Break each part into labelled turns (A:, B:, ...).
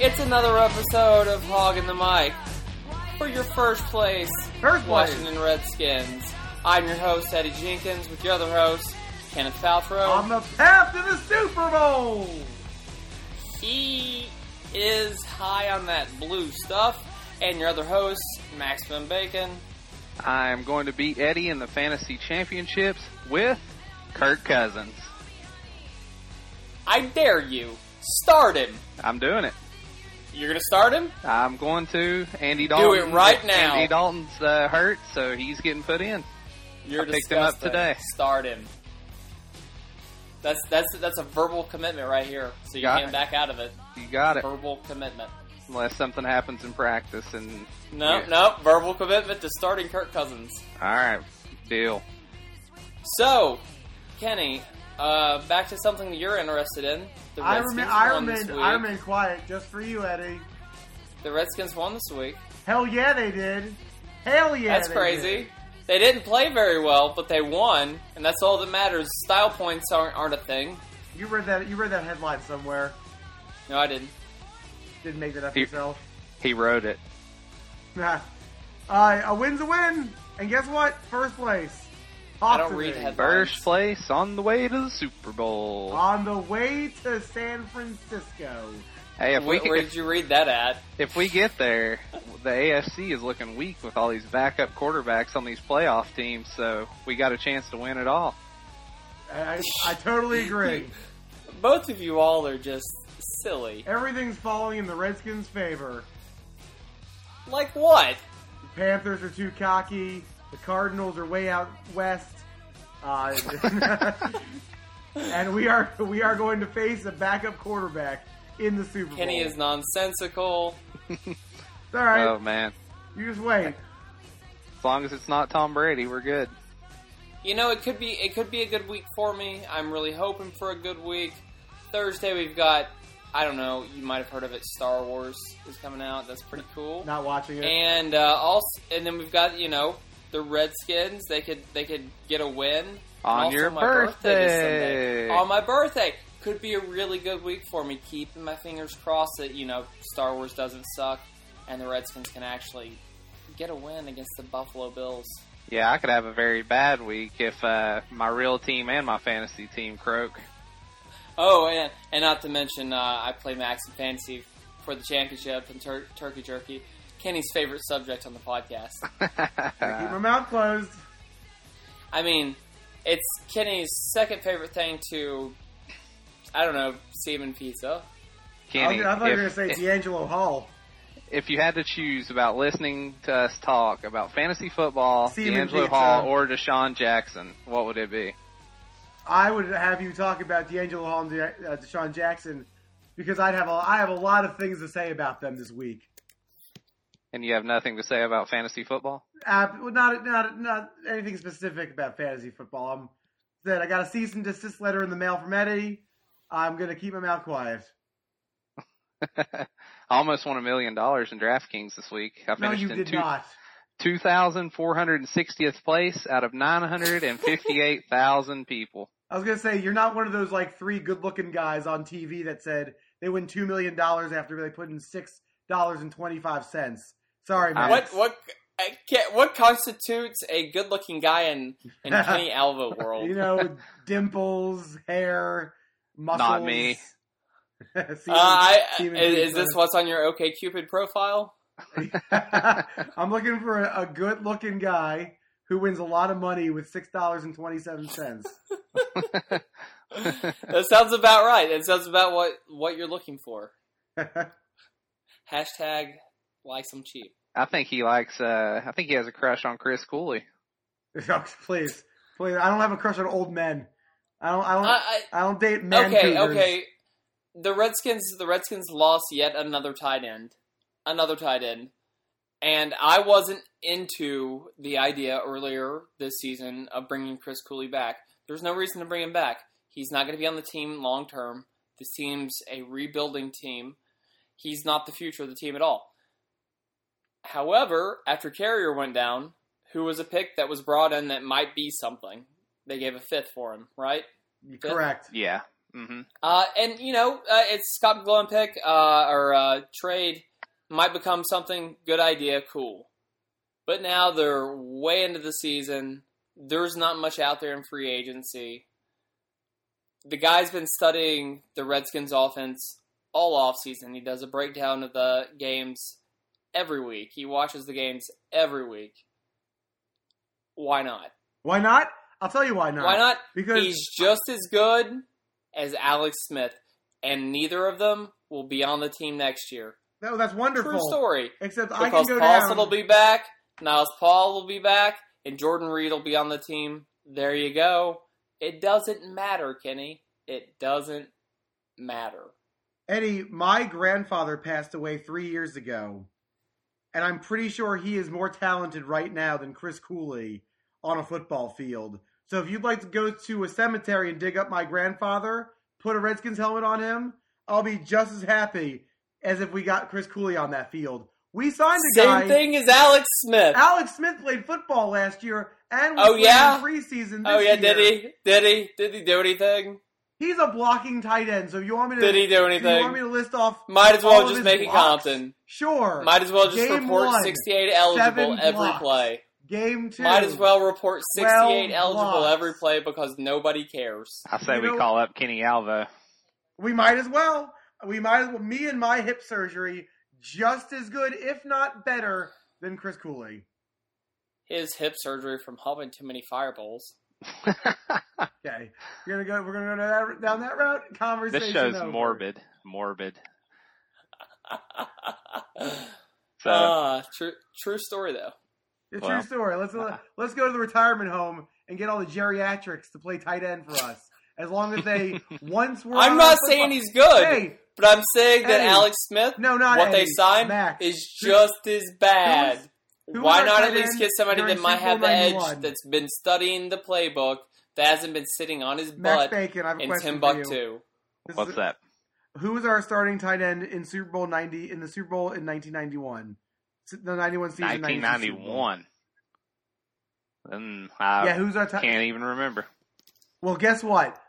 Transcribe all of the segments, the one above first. A: It's another episode of Hog in the Mic for your first place,
B: First place.
A: Washington Redskins. I'm your host Eddie Jenkins with your other host Kenneth Paltrow.
B: On the path to the Super Bowl.
A: he is high on that blue stuff, and your other host Maximum Bacon.
C: I'm going to beat Eddie in the fantasy championships with Kirk Cousins.
A: I dare you, start him.
C: I'm doing it.
A: You're gonna start him.
C: I'm going to Andy Dalton.
A: it right now.
C: Andy Dalton's uh, hurt, so he's getting put in.
A: You're
C: I picked him up
A: disgusting.
C: today.
A: Start him. That's that's that's a verbal commitment right here. So you
C: Got
A: can't
C: it.
A: back out of it.
C: You got it.
A: Verbal commitment.
C: Unless something happens in practice, and
A: No,
C: Yeah.
A: no, verbal commitment to starting Kirk Cousins.
C: all right, deal.
A: So, Kenny, uh, back to something you're interested in. The
B: I
A: Redskins
B: remain, I
A: won this
B: remain,
A: week.
B: I remain quiet just for you, Eddie.
A: The Redskins won this week.
B: Hell yeah, they did. Hell yeah,
A: that's
B: they
A: crazy.
B: did.
A: They didn't play very well, but they won, and that's all that matters. Style points aren't, aren't a thing.
B: You read that. You read that headline somewhere.
A: No, I didn't.
B: Didn't make that up
C: He-
B: yourself.
C: He wrote it.
B: Nah. uh, a win's a win, and guess what? First place.
A: I don't
B: Hawks
A: read
B: in.
A: headlines.
C: First place on the way to the Super Bowl.
B: On the way to San Francisco.
C: hey, if we
A: Where,
C: can,
A: where did you read that at?
C: If we get there, the AFC is looking weak with all these backup quarterbacks on these playoff teams, so we got a chance to win it all.
B: I, I, I totally agree.
A: Both of you all are just silly.
B: Everything's falling in the Redskins' favor.
A: Like what?
B: The Panthers are too cocky. The Cardinals are way out west. Uh, and we are we are going to face a backup quarterback in the Super
A: Kenny
B: Bowl.
A: is nonsensical.
B: It's all right.
C: Oh man.
B: you just wait.
C: As long as it's not Tom Brady, we're good.
A: You know, it could be it could be a good week for me. I'm really hoping for a good week. Thursday we've got I don't know. You might have heard of it. Star Wars is coming out. That's pretty cool.
B: Not watching it.
A: And uh, also, and then we've got you know the Redskins. They could they could get a win And
C: On
A: also
C: your
A: my birthday. is Sunday.
C: birthday.
A: On my birthday could be a really good week for me. Keeping my fingers crossed that you know Star Wars doesn't suck and the Redskins can actually get a win against the Buffalo Bills.
C: Yeah, I could have a very bad week if uh, my real team and my fantasy team croak.
A: Oh, and, and not to mention, uh, I play Max in Fantasy for the championship and tur- Turkey Jerky, Kenny's favorite subject on the podcast.
B: Keep my mouth closed.
A: I mean, it's Kenny's second favorite thing to, I don't know, semen pizza.
C: Kenny,
B: I, was- I thought you were going to
C: if,
B: say D'Angelo Hall.
C: if you had to choose about listening to us talk about fantasy football,
B: Semen
C: D'Angelo
B: pizza.
C: Hall, or Deshaun Jackson, what would it be?
B: I would have you talk about D'Angelo Hall and De- uh, Deshaun Jackson because I'd have a, I have a lot of things to say about them this week.
C: And you have nothing to say about fantasy football?
B: Uh, well, not not not anything specific about fantasy football. I'm said I got a cease and desist letter in the mail from Eddie. I'm gonna keep my mouth quiet.
C: I almost won a million dollars in DraftKings this week. I
B: No,
C: finished
B: you
C: in
B: did
C: two,
B: not.
C: 2,460th place out of 958,000 people.
B: I was gonna say you're not one of those like three good-looking guys on TV that said they win two million dollars after they put in six dollars and twenty-five cents. Sorry, man.
A: What what I can't- what constitutes a good-looking guy in, in Kenny Alva world?
B: You know, dimples, hair, muscles.
C: me.
A: uh, I, is, is this what's on your OK Cupid profile?
B: I'm looking for a, a good looking guy who wins a lot of money with six dollars and twenty seven cents.
A: that sounds about right. That sounds about what what you're looking for. Hashtag like some cheap.
C: I think he likes, uh, I think he has a crush on Chris Cooley.
B: please, please. I don't have a crush on old men. I don't. I don't. I,
A: I,
B: don't date
A: I,
B: men.
A: Uh, okay,
B: cougars.
A: okay. The Redskins, the Redskins lost yet another tight end, another tight end, and I wasn't into the idea earlier this season of bringing Chris Cooley back. There's no reason to bring him back. He's not going to be on the team long term. This team's a rebuilding team. He's not the future of the team at all. However, after Carrier went down, who was a pick that was brought in that might be something? They gave a fifth for him, right?
B: Correct.
C: Yeah. hmm
A: Uh, and you know, uh, it's Scott Glowin pick uh, or uh, trade might become something good idea, cool. But now they're way into the season. There's not much out there in free agency. The guy's been studying the Redskins offense all off season. He does a breakdown of the games every week. He watches the games every week. Why not?
B: Why not? I'll tell you why not.
A: Why not?
B: Because
A: He's just as good as Alex Smith, and neither of them will be on the team next year.
B: no, that's wonderful.
A: True story.
B: Except I can
A: Because
B: go
A: Paulson
B: down.
A: will be back, Niles Paul will be back, and Jordan Reed will be on the team. There you go. It doesn't matter, Kenny. It doesn't matter.
B: Eddie, my grandfather passed away three years ago, and I'm pretty sure he is more talented right now than Chris Cooley on a football field. So if you'd like to go to a cemetery and dig up my grandfather, put a Redskins helmet on him, I'll be just as happy as if we got Chris Cooley on that field. We signed a
A: Same
B: guy.
A: thing as Alex Smith.
B: Alex Smith played football last year, and we
A: Oh,
B: played
A: yeah?
B: in preseason. This
A: oh yeah,
B: year.
A: did he? Did he? Did he do anything?
B: He's a blocking tight end. So you want me to?
A: Did he do
B: do you want me
A: anything?
B: to list off?
A: Might as
B: all
A: well
B: of
A: just
B: his
A: make it
B: blocks?
A: Compton.
B: Sure.
A: Might as well just
B: Game
A: report
B: one,
A: 68 eligible
B: seven
A: every
B: blocks.
A: play.
B: Game two.
A: Might as well report 68
B: Twelve
A: eligible
B: blocks.
A: every play because nobody cares.
C: I say
B: You
C: we
B: know-
C: call up Kenny Alva.
B: We might as well. We might as well. Me and my hip surgery, just as good, if not better, than Chris Cooley.
A: His hip surgery from humping too many fireballs.
B: Okay, we're gonna go. We're gonna go down that, down that route. Conversation.
C: this show's
B: over.
C: morbid, morbid.
B: Uh,
C: So
A: Ah, true, true story though.
B: It's
C: Well.
B: true story. Let's uh, let's go to the retirement home and get all the geriatrics to play tight end for us. As long as they once were.
A: I'm
B: on
A: not
B: football-
A: saying he's good,
B: Hey,
A: but I'm saying that
B: Hey.
A: Alex Smith,
B: no, not
A: what they
B: Eddie.
A: signed,
B: Max.
A: is
B: Who-
A: just as bad.
B: who was
A: Why
B: our
A: not
B: tight
A: at least
B: end
A: get somebody
B: during
A: that might
B: Super
A: have
B: Bowl
A: the edge
B: 91?
A: that's been studying the playbook, that hasn't been sitting on his
B: Max
A: butt
B: Bacon. I have a
A: in
B: question
A: Timbuktu?
B: for you. This
C: what's
B: is-
C: that?
B: Who was our starting tight end in Super Bowl ninety in the Super Bowl in nineteen ninety one? The ninety one season. 92 Super Bowl.
C: 1991. Mm, I
B: Yeah, who's our tight?
C: can't even remember.
B: Well, guess what?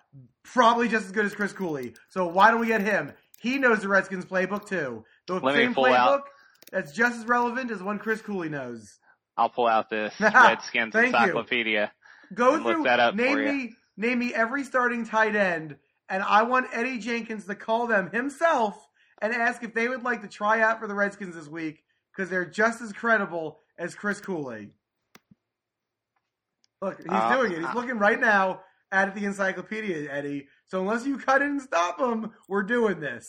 B: Probably just as good as Chris Cooley. So why don't we get him? He knows the Redskins playbook too. The
C: Let me
B: same
C: pull
B: playbook
C: out-
B: that's just as relevant as one Chris Cooley knows.
C: I'll pull out this Redskins
B: Thank you.
C: encyclopedia.
B: Go
C: And look
B: through.
C: that up
B: name
C: for ya.
B: me. Name me every starting tight end, and I want Eddie Jenkins to call them himself and ask if they would like to try out for the Redskins this week because they're just as credible as Chris Cooley. Look, he's
C: Uh,
B: doing it. He's
C: uh.
B: looking right now at the encyclopedia, Eddie. So unless you cut in and stop him, we're doing this.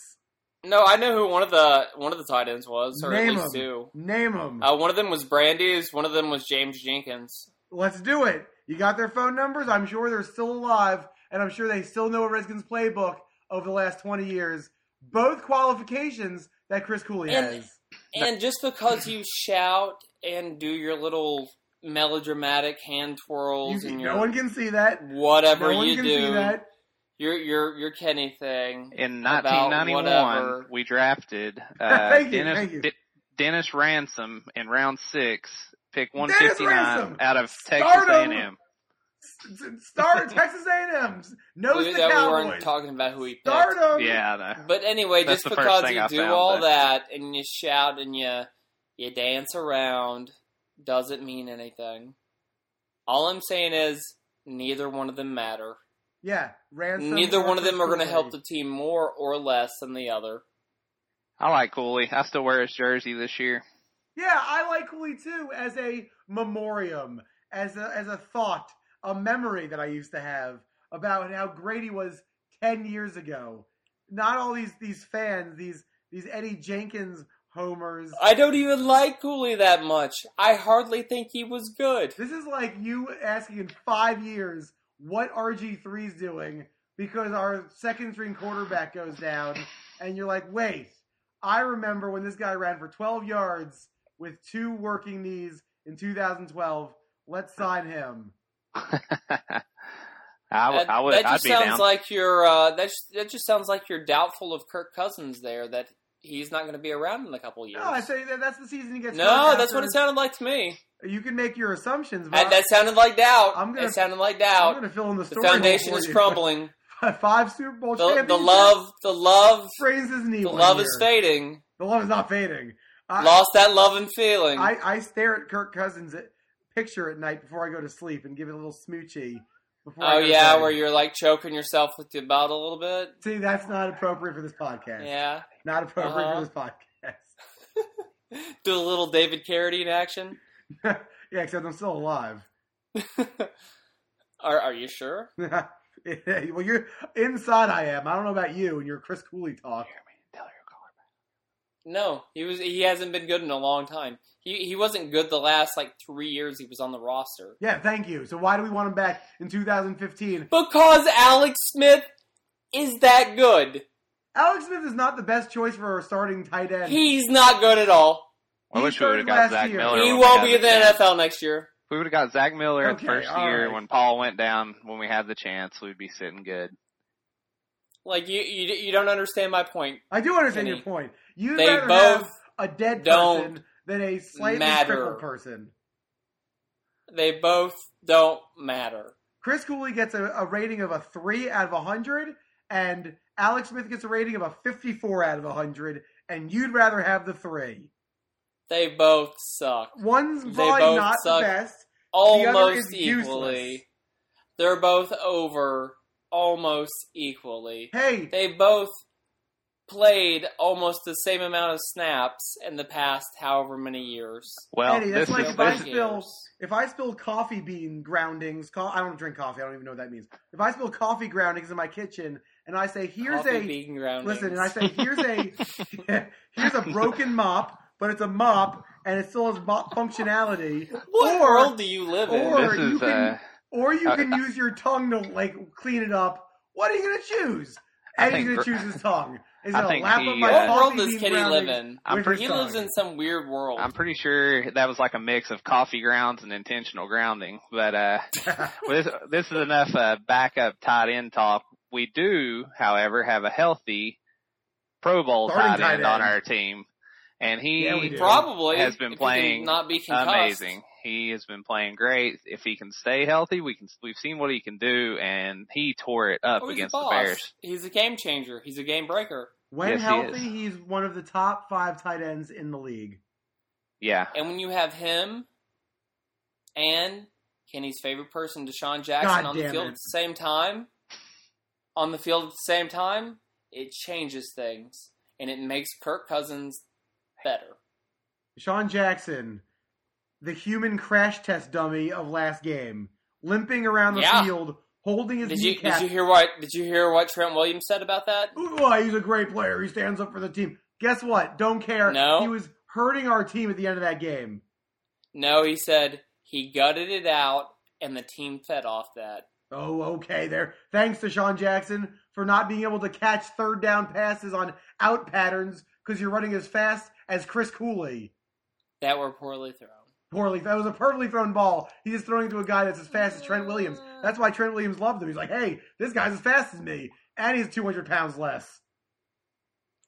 A: No, I know who one of the one of the tight ends was, or
B: Name
A: at least
B: him.
A: two.
B: Name him.
A: Uh, one of them was Brandy's. One of them was James Jenkins.
B: Let's do it. You got their phone numbers. I'm sure they're still alive, and I'm sure they still know a Redskins playbook over the last 20 years. Both qualifications that Chris Cooley
A: And-
B: has.
A: And just because you shout and do your little melodramatic hand twirls
B: You-
A: and your
B: no one can see that.
A: whatever
B: no one
A: you
B: can
A: do,
B: see that.
A: your your your Kenny thing.
C: In
A: About
C: 1991,
A: whatever.
C: we drafted uh,
B: Thank you,
C: Dennis
B: thank you.
C: De- Dennis Ransom in round six, pick
B: Dennis
C: 159
B: Ransom!
C: out of Texas
B: Stardom!
C: A&M.
B: S- s- Star Texas A&M's knows
A: We-
B: the
A: that we
B: Cowboys.
A: weren't talking about who he picked.
B: Stardom.
C: Yeah, I know.
A: But anyway,
C: That's
A: just
C: the first
A: because
C: thing
A: you
C: I
A: do
C: found,
A: all
C: but-
A: that and you shout and you you dance around doesn't mean anything. All I'm saying is neither one of them matter.
B: Yeah, Ransom.
A: neither
B: or
A: one of them
B: Chris
A: are going to
B: Cooley.
A: help the team more or less than the other.
C: I like Cooley. I still wear his jersey this year.
B: Yeah, I like Cooley too as a memoriam, as a as a thought, a memory that I used to have about how great he was ten years ago. Not all these these fans, these these Eddie Jenkins homers.
A: I don't even like Cooley that much. I hardly think he was good.
B: This is like you asking in five years what RG 3s doing because our second string quarterback goes down, and you're like, wait, I remember when this guy ran for 12 yards with two working knees in 2012. Let's sign him.
C: I would.
A: That,
C: I would.
A: that
C: I'd
A: just
C: be
A: sounds
C: down.
A: like you're. Uh, that just, that just sounds like you're doubtful of Kirk Cousins there. That he's not going to be around in a couple of years.
B: No, I say that that's the season he gets.
A: No,
B: hurt
A: that's what it
B: after.
A: sounded like to me.
B: You can make your assumptions, but
A: And that sounded like doubt.
B: I'm gonna-
A: it sounded like
B: I'm
A: doubt.
B: going to fill in the
A: The
B: story. hole
A: foundation
B: for
A: is
B: you.
A: crumbling.
B: Five Super Bowl
A: The,
B: champions.
A: the love, the love,
B: sprains his knee.
A: the
B: one
A: love
B: year.
A: is fading.
B: The love is not fading. I,
A: Lost that love and feeling.
B: I, I stare at Kirk Cousins' at, picture at night before I go to sleep and give it a little smoochy. Before I
A: oh
B: go to
A: yeah,
B: bed.
A: where you're like choking yourself with the bottle a little bit.
B: See, that's not appropriate for this podcast.
A: Yeah,
B: Not appropriate
A: Uh-huh.
B: for this podcast.
A: do a little David Carradine action.
B: yeah, except I'm still alive.
A: Are Are you sure?
B: well, you're inside. I am. I don't know about you and your Chris Cooley talk.
A: No, he was. He hasn't been good in a long time. He He wasn't good the last like three years he was on the roster
B: Yeah, thank you. So why do we want him back in 2015?
A: because Alex Smith is that good.
B: Alex Smith is not the best choice for a starting tight end.
A: He's not good at all.
C: I
B: He
C: wish we would have
B: started
C: got
B: last
C: Zach
B: year.
C: Miller.
A: He
C: when we
A: won't
C: had
A: be in the
C: chance.
A: NFL next year.
C: If we would have got Zach Miller
B: Okay,
C: the first
B: all
C: year
B: right.
C: when Paul went down, when we had the chance, we'd be sitting good.
A: Like you, you, you don't understand my point.
B: I do understand
A: Kenny.
B: your point. You'd
A: They
B: rather
A: both
B: have a dead
A: don't
B: person than a slightly
A: matter.
B: crippled person.
A: They both don't matter.
B: Chris Cooley gets a, a rating of a three out of a hundred, and Alex Smith gets a rating of a fifty-four out of a hundred. And you'd rather have the three.
A: They both suck.
B: One's
A: They
B: probably
A: both
B: not
A: suck.
B: the best.
A: Almost
B: is
A: equally.
B: useless.
A: They're both over almost equally.
B: Hey,
A: They both played almost the same amount of snaps in the past however many years.
C: Well,
B: Eddie,
C: this
B: that's like
C: is
B: if I
C: this,
B: spill- if I spill coffee bean groundings, co- I don't drink coffee. I don't even know what that means. If I spill coffee groundings in my kitchen, and I say, "Here's
A: Coffee
B: a
A: bean groundings.
B: Listen, and I say here's a here's a broken mop, but it's a mop and it still has mop functionality.
A: what
B: or,
A: world do you live in?
B: or
C: this
B: you
C: is
B: can-
C: uh,
B: or you
C: Uh,
B: can use your tongue to like clean it up. What are you gonna choose?
C: I
B: Eddie's
C: think
B: gonna
C: gr-
B: choose his tongue. Is
C: I
B: it a
C: think
B: lap
C: he,
B: of my
C: uh,
A: what
B: coffee
A: world does
B: bean
A: Kitty
B: grounding
A: live in?
C: I'm
B: with
C: pretty-
B: his
A: He lives
B: tongue?
A: in some weird world.
C: I'm pretty sure that was like a mix of coffee grounds and intentional grounding. But uh, this this is enough uh, backup tight end talk. We do, however, have a healthy Pro Bowl
B: Starting
C: tight
B: tight
C: end on
B: end.
C: our team, and he
B: Yeah, we do.
A: Probably
C: Has been
A: if he can
C: playing
A: not be concussed.
C: amazing. He has been playing great. If he can stay healthy, we can. We've seen what he can do, and he tore it up
A: Oh, he's
C: against
A: a
C: the
A: boss.
C: Bears.
A: He's a game changer. He's a game breaker.
B: When
C: Yes, he
B: healthy,
C: is.
B: he's one of the top five tight ends in the league.
C: Yeah,
A: And when you have him and Kenny's favorite person, Deshaun Jackson,
B: God
A: on the
B: damn
A: field
B: it.
A: at the same time, on the field at the same time, it changes things and it makes Kirk Cousins better.
B: Sean Jackson, the human crash test dummy of last game, limping around the
A: Yeah.
B: field, holding his
A: Did you
B: kneecap.
A: did you hear what did you hear what Trent Williams said about that?
B: Ooh, why, he's a great player. He stands up for the team. Guess what? Don't care.
A: No.
B: He was hurting our team at the end of that game.
A: No, he said he gutted it out and the team fed off that.
B: Oh, okay. There. Thanks to Sean Jackson for not being able to catch third down passes on out patterns because you're running as fast as Chris Cooley.
A: That were poorly thrown.
B: Poorly. That was a perfectly thrown ball. He's just throwing it to a guy that's as fast as Trent Williams. That's why Trent Williams loved him. He's like, hey, this guy's as fast as me, and he's 200 pounds less.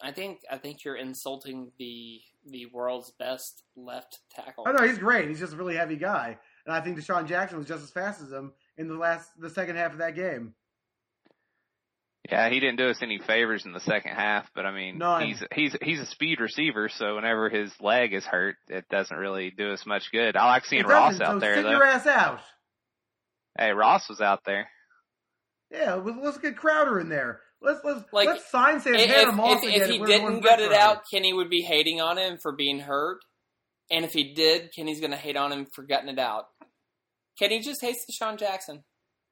A: I think I think you're insulting the the world's best left tackle.
B: Oh no, he's great. He's just a really heavy guy, and I think Deshaun Jackson was just as fast as him in the last, the second half of that game.
C: yeah. He didn't do us any favors in the second half, but I mean,
B: None.
C: he's he's he's a speed receiver, so whenever his leg is hurt, it doesn't really do us much good. I like seeing
B: It
C: Ross
B: doesn't,
C: out
B: so
C: there
B: Sit
C: though.
B: your ass out.
C: Hey, Ross was out there.
B: Yeah, well, let's get Crowder in there. Let's let's
A: Like,
B: let's sign Santana
A: if,
B: Moss
A: if,
B: again.
A: if he
B: we're
A: didn't
B: going
A: gut
B: back
A: it
B: for
A: out, Kenny would be hating on him for being hurt. And if he did, Kenny's going to hate on him for gutting it out. Kenny just hates Deshaun Jackson.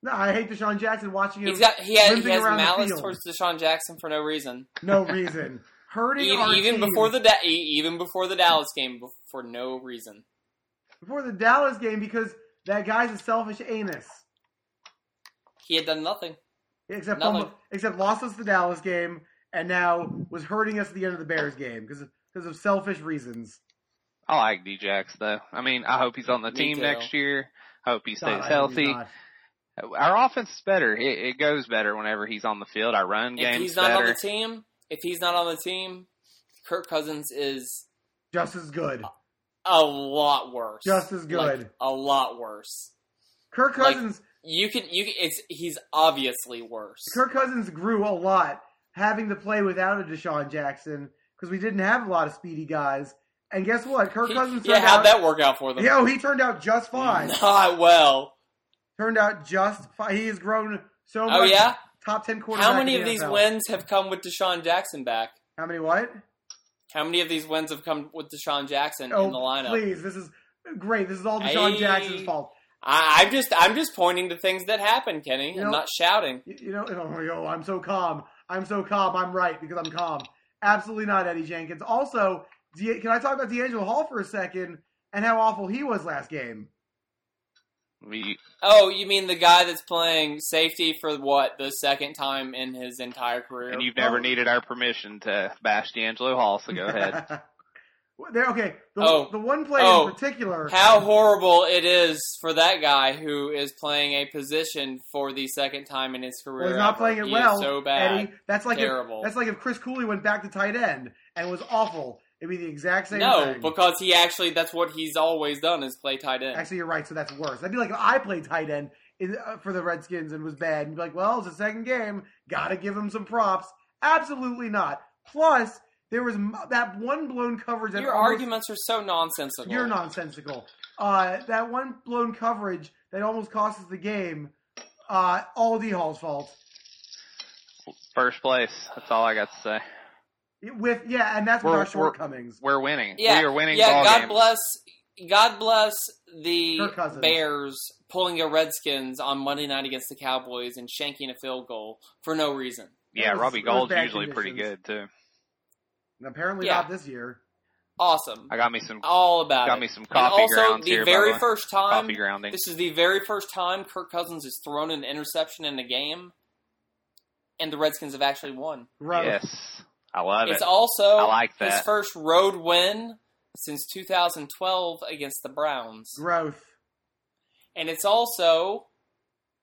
B: No, I hate Deshaun Jackson watching him.
A: He's got he has, he
B: limping
A: has
B: around the
A: malice
B: field.
A: towards Deshaun Jackson for no reason.
B: no reason hurting
A: E-
B: our
A: even
B: team.
A: before the Da- e- even before the Dallas game, bef- for no reason.
B: before the Dallas game because that guy's a selfish anus.
A: He had done nothing.
B: Except
A: Nothing.
B: fumble- except lost us the Dallas game and now was hurting us at the end of the Bears game because because of selfish reasons.
C: I like Djax though. I mean, I hope he's on the
A: Me
C: team
A: too.
C: next year. I hope he stays
B: God, I hope he's
C: healthy.
B: not.
C: Our offense is better. It, it goes better whenever he's on the field. Our run
A: If
C: game's
A: he's not on
C: better.
A: the team, if he's not on the team, Kirk Cousins is
B: Just as good.
A: Uh, a lot worse.
B: Just as good.
A: Like, a lot worse.
B: Kirk
A: Like,
B: Cousins
A: you can you can, it's he's obviously worse.
B: Kirk Cousins grew a lot having to play without a Deshaun Jackson because we didn't have a lot of speedy guys. And guess what? Kirk
A: He-
B: Cousins turned
A: yeah, how'd
B: out.
A: that work out for them?
B: Yo, he turned out just fine.
A: Not well.
B: Turned out just fine. He has grown so much.
A: Oh yeah.
B: Top ten quarterback.
A: How many
B: in
A: of
B: the
A: these
B: NFL.
A: wins have come with Deshaun Jackson back?
B: How many what?
A: How many of these wins have come with Deshaun Jackson
B: oh,
A: in the lineup?
B: please. This is great. This is all Deshaun
A: Hey.
B: Jackson's fault.
A: I, I'm just I'm just pointing to things that happen, Kenny.
B: You know-
A: I'm not shouting.
B: You, you know, oh, yo, I'm so calm. I'm so calm. I'm right because I'm calm. Absolutely not, Eddie Jenkins. Also, D- can I talk about D'Angelo Hall for a second and how awful he was last game?
C: We-
A: Oh, you mean the guy that's playing safety for what the second time in his entire career?
C: and you've never
B: Oh.
C: needed our permission to bash D'Angelo Hall, so go ahead.
B: Well, there, okay. The,
A: Oh.
B: the one play
A: Oh.
B: in particular.
A: How horrible it is for that guy who is playing a position for the second time in his career.
B: Well, he's not
A: ever.
B: playing it
A: He is
B: well,
A: so bad,
B: Eddie. That's like if,
A: terrible.
B: that's like if Chris Cooley went back to tight end and was awful. It'd be the exact same
A: no,
B: thing.
A: because he actually that's what he's always done is play tight end.
B: Actually, you're right. So that's worse. That'd be like if I played tight end in, uh, for the Redskins and was bad. And be like, well, it's the second game. Got to give him some props. Absolutely not. Plus, there was m- that one blown coverage. That
A: Your
B: almost-
A: arguments are so nonsensical.
B: You're nonsensical. Uh, that one blown coverage that almost cost us the game. Uh, all D Hall's fault.
C: First place. That's all I got to say.
B: With yeah, and that's with our
C: We're- we're-
B: shortcomings.
C: We're winning.
A: Yeah,
C: we are winning
A: yeah.
C: ball
A: God
C: games.
A: bless. God bless the
B: Kirk Cousins.
A: Bears pulling a Redskins on Monday night against the Cowboys and shanking a field goal for no reason.
C: Yeah,
B: It was-
C: Robbie
B: it was
C: Gold's
B: bad
C: usually pretty
B: conditions.
C: good too.
B: And apparently
A: Yeah.
B: not this year.
A: Awesome.
C: I got me some
A: All about
C: got
A: it.
C: me some
A: And
C: coffee
A: also,
C: grounds
A: the
C: here. by
A: very
C: the way.
A: first time
C: coffee grounding.
A: this is the very first time Kirk Cousins has thrown an interception in a game, and the Redskins have actually won.
B: Gross.
C: Yes, I love
A: it's
C: it.
A: also
C: I like
A: his
C: that.
A: first road win since 2012 against the Browns.
B: Growth.
A: And it's also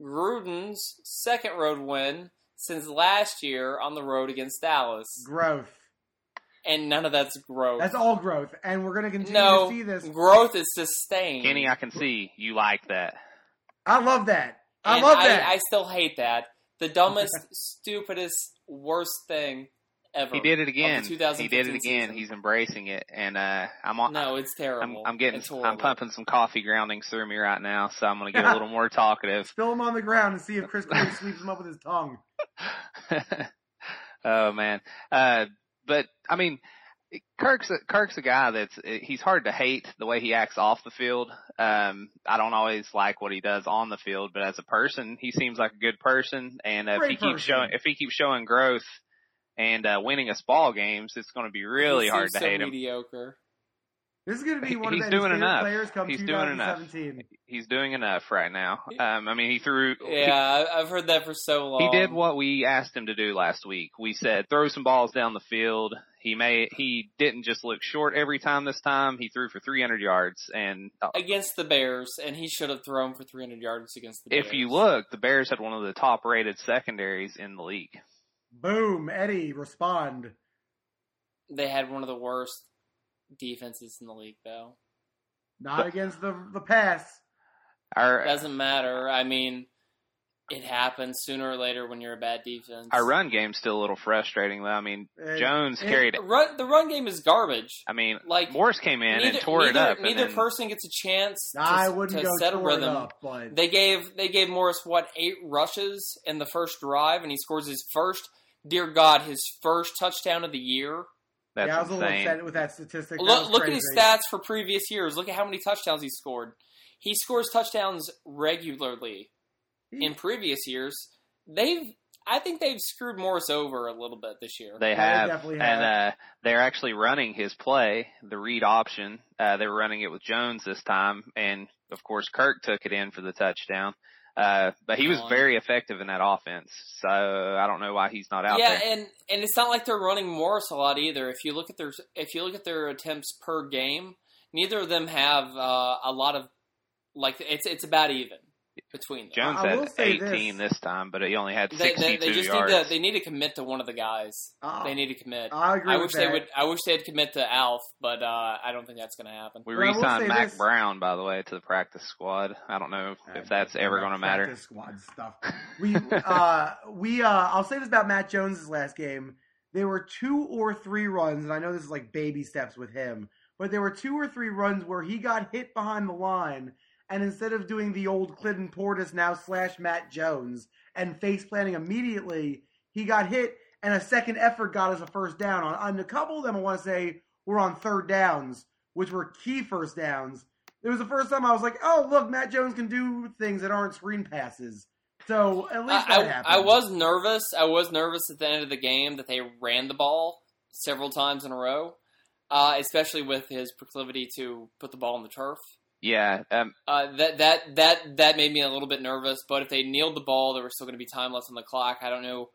A: Gruden's second road win since last year on the road against Dallas.
B: Growth.
A: And none of that's growth.
B: That's all growth. And we're gonna continue
A: no,
B: to see this.
A: growth is sustained.
C: Kenny, I can see you like that.
B: I love that. I
A: And
B: love that.
A: I, still hate that. The dumbest, stupidest, worst thing ever.
C: He did it again.
A: Of the
C: He did it
A: 2015
C: again.
A: season.
C: He's embracing it, and uh, I'm on.
A: No, it's
C: I'm,
A: terrible.
C: I'm getting.
A: It's
C: I'm
A: horrible.
C: pumping some coffee groundings through me right now, so I'm gonna get a little more talkative.
B: Spill him on the ground and see if Chris Cooley sweeps him up with his tongue.
C: oh man. Uh, but I mean, Kirk's a, Kirk's a guy that's he's hard to hate the way he acts off the field. Um, I don't always like what he does on the field, but as a person, he seems like a good person. And uh, if
B: Great
C: he
B: person.
C: keeps showing if he keeps showing growth and uh, winning us ball games, it's going to be really
A: He seems
C: hard to
A: so
C: hate him.
A: mediocre.
B: This is gonna be
C: He-
B: one of
C: he's
B: Eddie's
C: doing
B: favorite
C: enough.
B: players come
C: He's doing enough.
B: 2017.
C: He's doing enough right now. Um, I mean, he threw.
A: Yeah, I- I've heard that for so long.
C: He did what we asked him to do last week. We said throw some balls down the field. He may he didn't just look short every time this time. He threw for 300 yards and uh,
A: against the Bears, and he should have thrown for 300 yards against the Bears.
C: if you look, the Bears had one of the top rated secondaries in the league.
B: Boom, Eddie, respond.
A: they had one of the worst defenses in the league, though.
B: Not against the the pass.
C: Our
A: Doesn't matter. I mean, it happens sooner or later when you're a bad defense.
C: our run game's still a little frustrating though. I mean,
B: Uh,
C: Jones
B: it-
C: carried
A: Run- the run game is garbage.
C: I mean,
A: Like
C: Morris came in
A: neither,
C: and tore
A: neither,
C: it up and
A: neither
C: then-
A: person gets a chance. To,
B: I wouldn't
A: to
B: go
A: set a
B: tore it
A: rhythm.
B: up, but
A: They gave they gave Morris what eight rushes in the first drive, and he scores his first. Dear God, his first touchdown of the year.
C: that's
B: yeah, I was a little
C: insane.
B: upset with that statistic. That
A: Look,
B: was
A: look at his
B: crazy.
A: stats for previous years. Look at how many touchdowns he scored. He scores touchdowns regularly.
B: He-
A: In previous years, they've I think they've screwed Morris over a little bit this year.
C: They
B: They
C: have,
B: definitely
C: and
B: have.
C: uh, they're actually running his play, the read option. Uh, they were running it with Jones this time, and of course Kirk took it in for the touchdown. Uh, but he was
A: Gone.
C: very effective in that offense, so I don't know why he's not out
A: yeah,
C: there.
A: and and it's not like they're running Morris a lot either. If you look at their if you look at their attempts per game, neither of them have uh, a lot of like it's it's about even. between them.
C: Jones
B: I- I
C: had
B: will say
C: 18
B: this.
C: this. time, but he only had
A: They,
C: 62
A: they, they just
C: yards.
A: need to they need to commit to one of the guys.
B: I,
A: They need to commit.
B: Ah, Oh, I agree
A: I
B: with
A: wish
B: that.
A: they would. I wish they'd commit to Alf, but uh, I don't think that's going to happen.
C: we
B: But I will
C: re-signed
B: say
C: Mac
B: this.
C: Brown, by the way, to the practice squad. I don't know if that's ever going to matter.
B: Practice Squad stuff. We uh, we uh, I'll say this about Matt Jones' last game. There were two or three runs, and I know this is like baby steps with him, but there were two or three runs where he got hit behind the line, and instead of doing the old Clinton Portis now slash Matt Jones and face planting immediately, he got hit, and a second effort got us a first down. On, on a couple of them, I want to say were on third downs, which were key first downs. It was the first time I was like, "Oh, look, Matt Jones can do things that aren't screen passes." So at least that
A: I,
B: happened.
A: I, I was nervous. I was nervous at the end of the game that they ran the ball several times in a row, uh, especially with his proclivity to put the ball on the turf.
C: Yeah, um,
A: Uh, that that that that made me a little bit nervous. But if they kneeled the ball, there was still going to be time left on the clock. I don't know.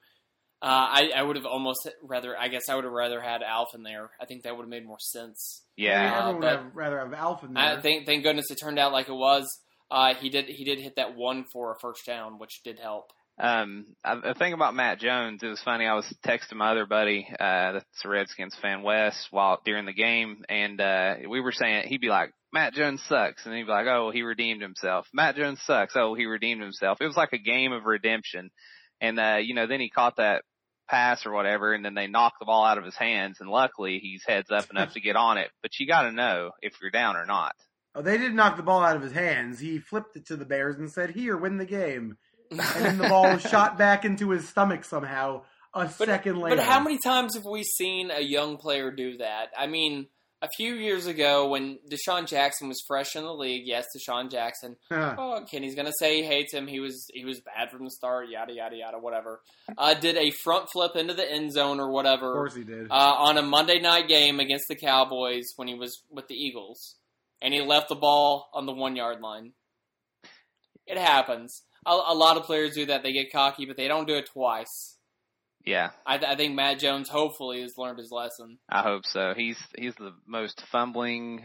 A: Uh, I I would have almost rather. I guess I would have rather had Alf in there. I think that would have made more sense.
B: I mean,
C: yeah.
A: Uh, but-
B: everyone would have rather have Alf in there.
A: I thank thank goodness it turned out like it was. Uh, he did he did hit that one for a first down, which did help.
C: Um, I, the thing about Matt Jones, it was funny. I was texting my other buddy, uh, that's a Redskins fan, Wes, while during the game, and uh, we were saying he'd be like, "Matt Jones sucks," and he'd be like, "Oh, he redeemed himself." Matt Jones sucks. Oh, he redeemed himself. It was like a game of redemption, and uh, you know, then he caught that pass or whatever, and then they knocked the ball out of his hands, and luckily he's heads up enough to get on it. But you got to know if you're down or not.
B: oh, they did knock the ball out of his hands. He flipped it to the Bears and said, "Here, win the game." And then the ball was shot back into his stomach somehow a second later.
A: But how many times have we seen a young player do that? I mean, a few years ago when Deshaun Jackson was fresh in the league, yes, Deshaun Jackson.
B: Huh.
A: Oh, Kenny's gonna say he hates him. He was he was bad from the start. Yada yada yada. Whatever. Uh, did a front flip into the end zone or
B: of
A: whatever
B: course he did.
A: uh, on a Monday night game against the Cowboys when he was with the Eagles, and he left the ball on the one yard line. It happens. A, a lot of players do that. They get cocky, but they don't do it twice.
C: Yeah,
A: I, th- I think Matt Jones hopefully has learned his lesson.
C: I hope so. He's he's the most fumbling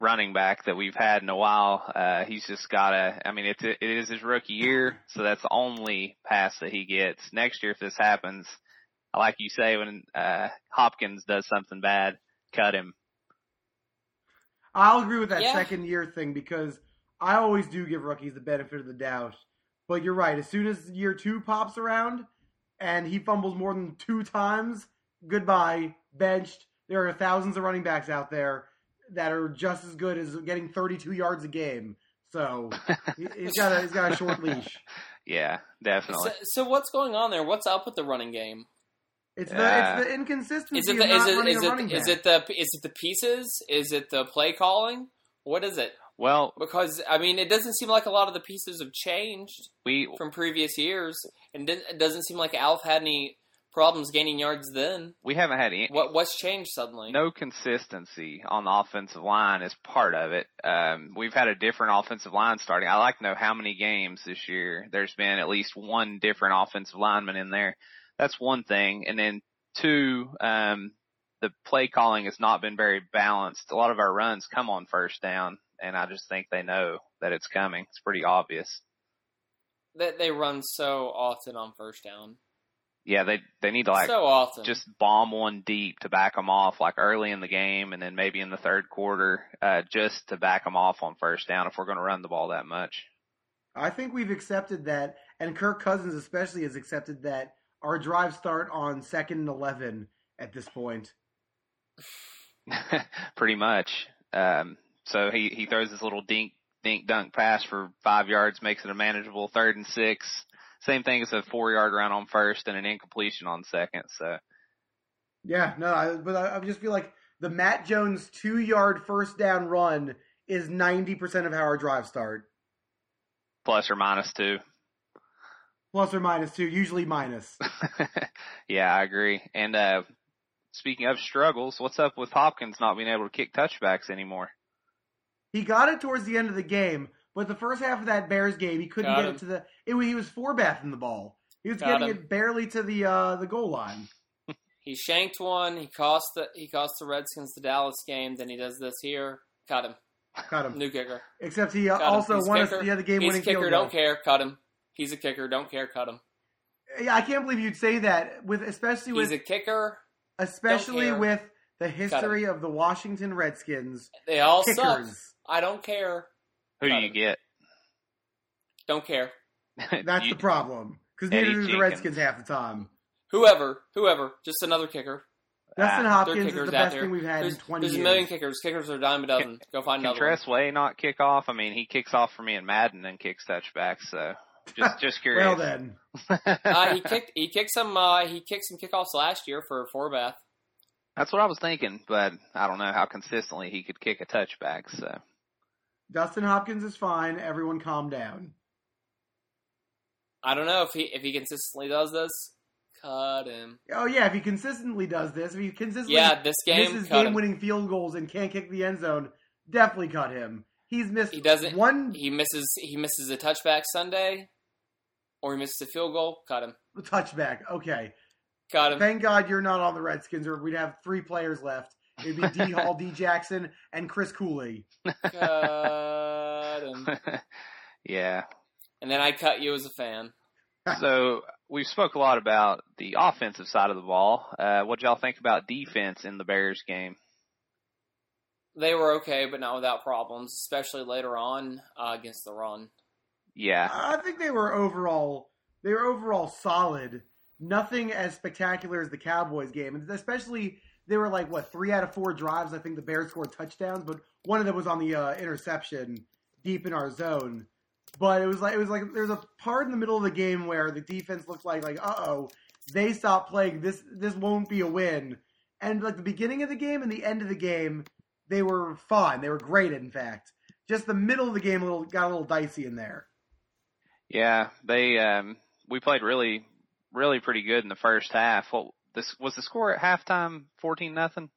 C: running back that we've had in a while. Uh, he's just gotta. I mean, it's it is his rookie year, so that's the only pass that he gets. Next year, if this happens, like you say, when uh, Hopkins does something bad, cut him.
B: I'll agree with that
A: Yeah.
B: second year thing because I always do give rookies the benefit of the doubt. But you're right. As soon as year two pops around and he fumbles more than two times, goodbye, benched. There are thousands of running backs out there that are just as good as getting 32 yards a game. So he- he's got a, he's got a short leash.
C: Yeah,
A: So,
C: definitely.
A: so what's going on there? What's up with the running game?
B: It's
C: Yeah.
B: the it's the inconsistency
A: Is it
B: of
A: the, is
B: not
A: it
B: running
A: is
B: a running
A: it
B: back.
A: is it the is it the pieces? Is it the play calling? What is it?
C: Well,
A: Because I mean, it doesn't seem like a lot of the pieces have changed
C: we
A: from previous years, and didn't- it doesn't seem like Alf had any problems gaining yards then.
C: we haven't had any,
A: What what's changed suddenly?
C: no consistency on the offensive line is part of it. Um, we've had a different offensive line starting. I like to know how many games this year there's been at least one different offensive lineman in there. That's one thing. And then two, um, the play calling has not been very balanced. A lot of our runs come on first down, and I just think they know that it's coming. It's pretty obvious.
A: that they run so often on first down,
C: Yeah, they they need to like
A: so often.
C: just bomb one deep to back them off, like early in the game, and then maybe in the third quarter, uh, just to back them off on first down if we're going to run the ball that much.
B: I think we've accepted that, and Kirk Cousins especially has accepted that our drives start on second and eleven at this point.
C: Pretty much. Um, so he he throws this little dink dink dunk pass for five yards, makes it a manageable third and six. Same thing as a four yard run on first and an incompletion on second. So
B: Yeah, no, I, but I, I just feel like the Matt Jones two yard first down run is ninety percent of how our drives start,
C: plus or minus two.
B: plus or minus two, usually minus.
C: yeah, I agree. And uh, speaking of struggles, what's up with Hopkins not being able to kick touchbacks anymore?
B: He got it towards the end of the game, but the first half of that Bears game, he couldn't
A: Got
B: get
A: him.
B: it to the. It, was- he was four bathing the ball. He was
A: Got
B: getting
A: him.
B: it barely to the uh, the goal line.
A: He shanked one. He cost the he cost the Redskins the Dallas game. Then he does this here. Cut him.
B: Cut him.
A: New kicker.
B: Except he uh,
A: Cut him.
B: also
A: He's
B: won
A: kicker.
B: us the other game
A: He's a
B: winning
A: kicker.
B: field
A: Don't
B: goal.
A: care. Cut him. He's a kicker. Don't care. Cut him.
B: Yeah, I can't believe you'd say that with especially
A: He's
B: with
A: a kicker.
B: especially
A: care.
B: with the history of the Washington Redskins
A: They all suck.
B: kickers.
A: I don't care.
C: Who do
A: Cut
C: you
A: him.
C: get?
A: Don't care.
B: That's
C: You-
B: the problem because
C: Eddie
B: neither do the
C: Jenkins.
B: Redskins half the time.
A: Ah, Whoever, whoever, just another kicker.
B: Dustin
C: Ah,
A: there are
B: Hopkins is
A: kickers
B: the
A: out
B: best
A: there.
B: thing we've had
A: There's,
B: in 20
A: there's a
B: years.
A: million kickers. Kickers are a dime a dozen. Go find
C: Can
A: another one.
C: Tress Way not kick off? I mean, he kicks off for me in Madden and kicks touchbacks. So just just curious.
B: well then,
A: uh, he kicked. He kicked some. Uh, he kicked some kickoffs last year for Forbath.
C: That's what I was thinking, but I don't know how consistently he could kick a touchback. So
B: Dustin Hopkins is fine. Everyone, calm down.
A: I don't know if he if he consistently does this. Cut him.
B: Oh yeah, if he consistently does this, if he consistently
A: Yeah, this game.
B: misses
A: Cut him.
B: game-winning field goals and can't kick the end zone, definitely cut him. He's missed
A: He doesn't-
B: one
A: He misses. He misses a touchback Sunday, or he misses a field goal. Cut him.
B: touchback. Okay,
A: Cut him.
B: thank God you're not on the Redskins, or we'd have three players left. It'd be D. Hall, D. Jackson, and Chris Cooley.
A: cut him.
C: yeah.
A: And then I cut you as a fan.
C: So we've spoke a lot about the offensive side of the ball. Uh, what y'all think about defense in the Bears game?
A: They were okay, but not without problems, especially later on uh, against the run.
C: Yeah,
B: I think they were overall they were overall solid. Nothing as spectacular as the Cowboys game, and especially they were like what three out of four drives. I think the Bears scored touchdowns, but one of them was on the uh, interception deep in our zone. But it was like it was like there was a part in the middle of the game where the defense looked like like uh oh they stopped playing this this won't be a win. And like the beginning of the game and the end of the game, they were fine. They were great, in fact. Just the middle of the game a little, got a little dicey in there.
C: yeah. They um, we played really, really pretty good in the first half. What this was the score at halftime? Fourteen nothing,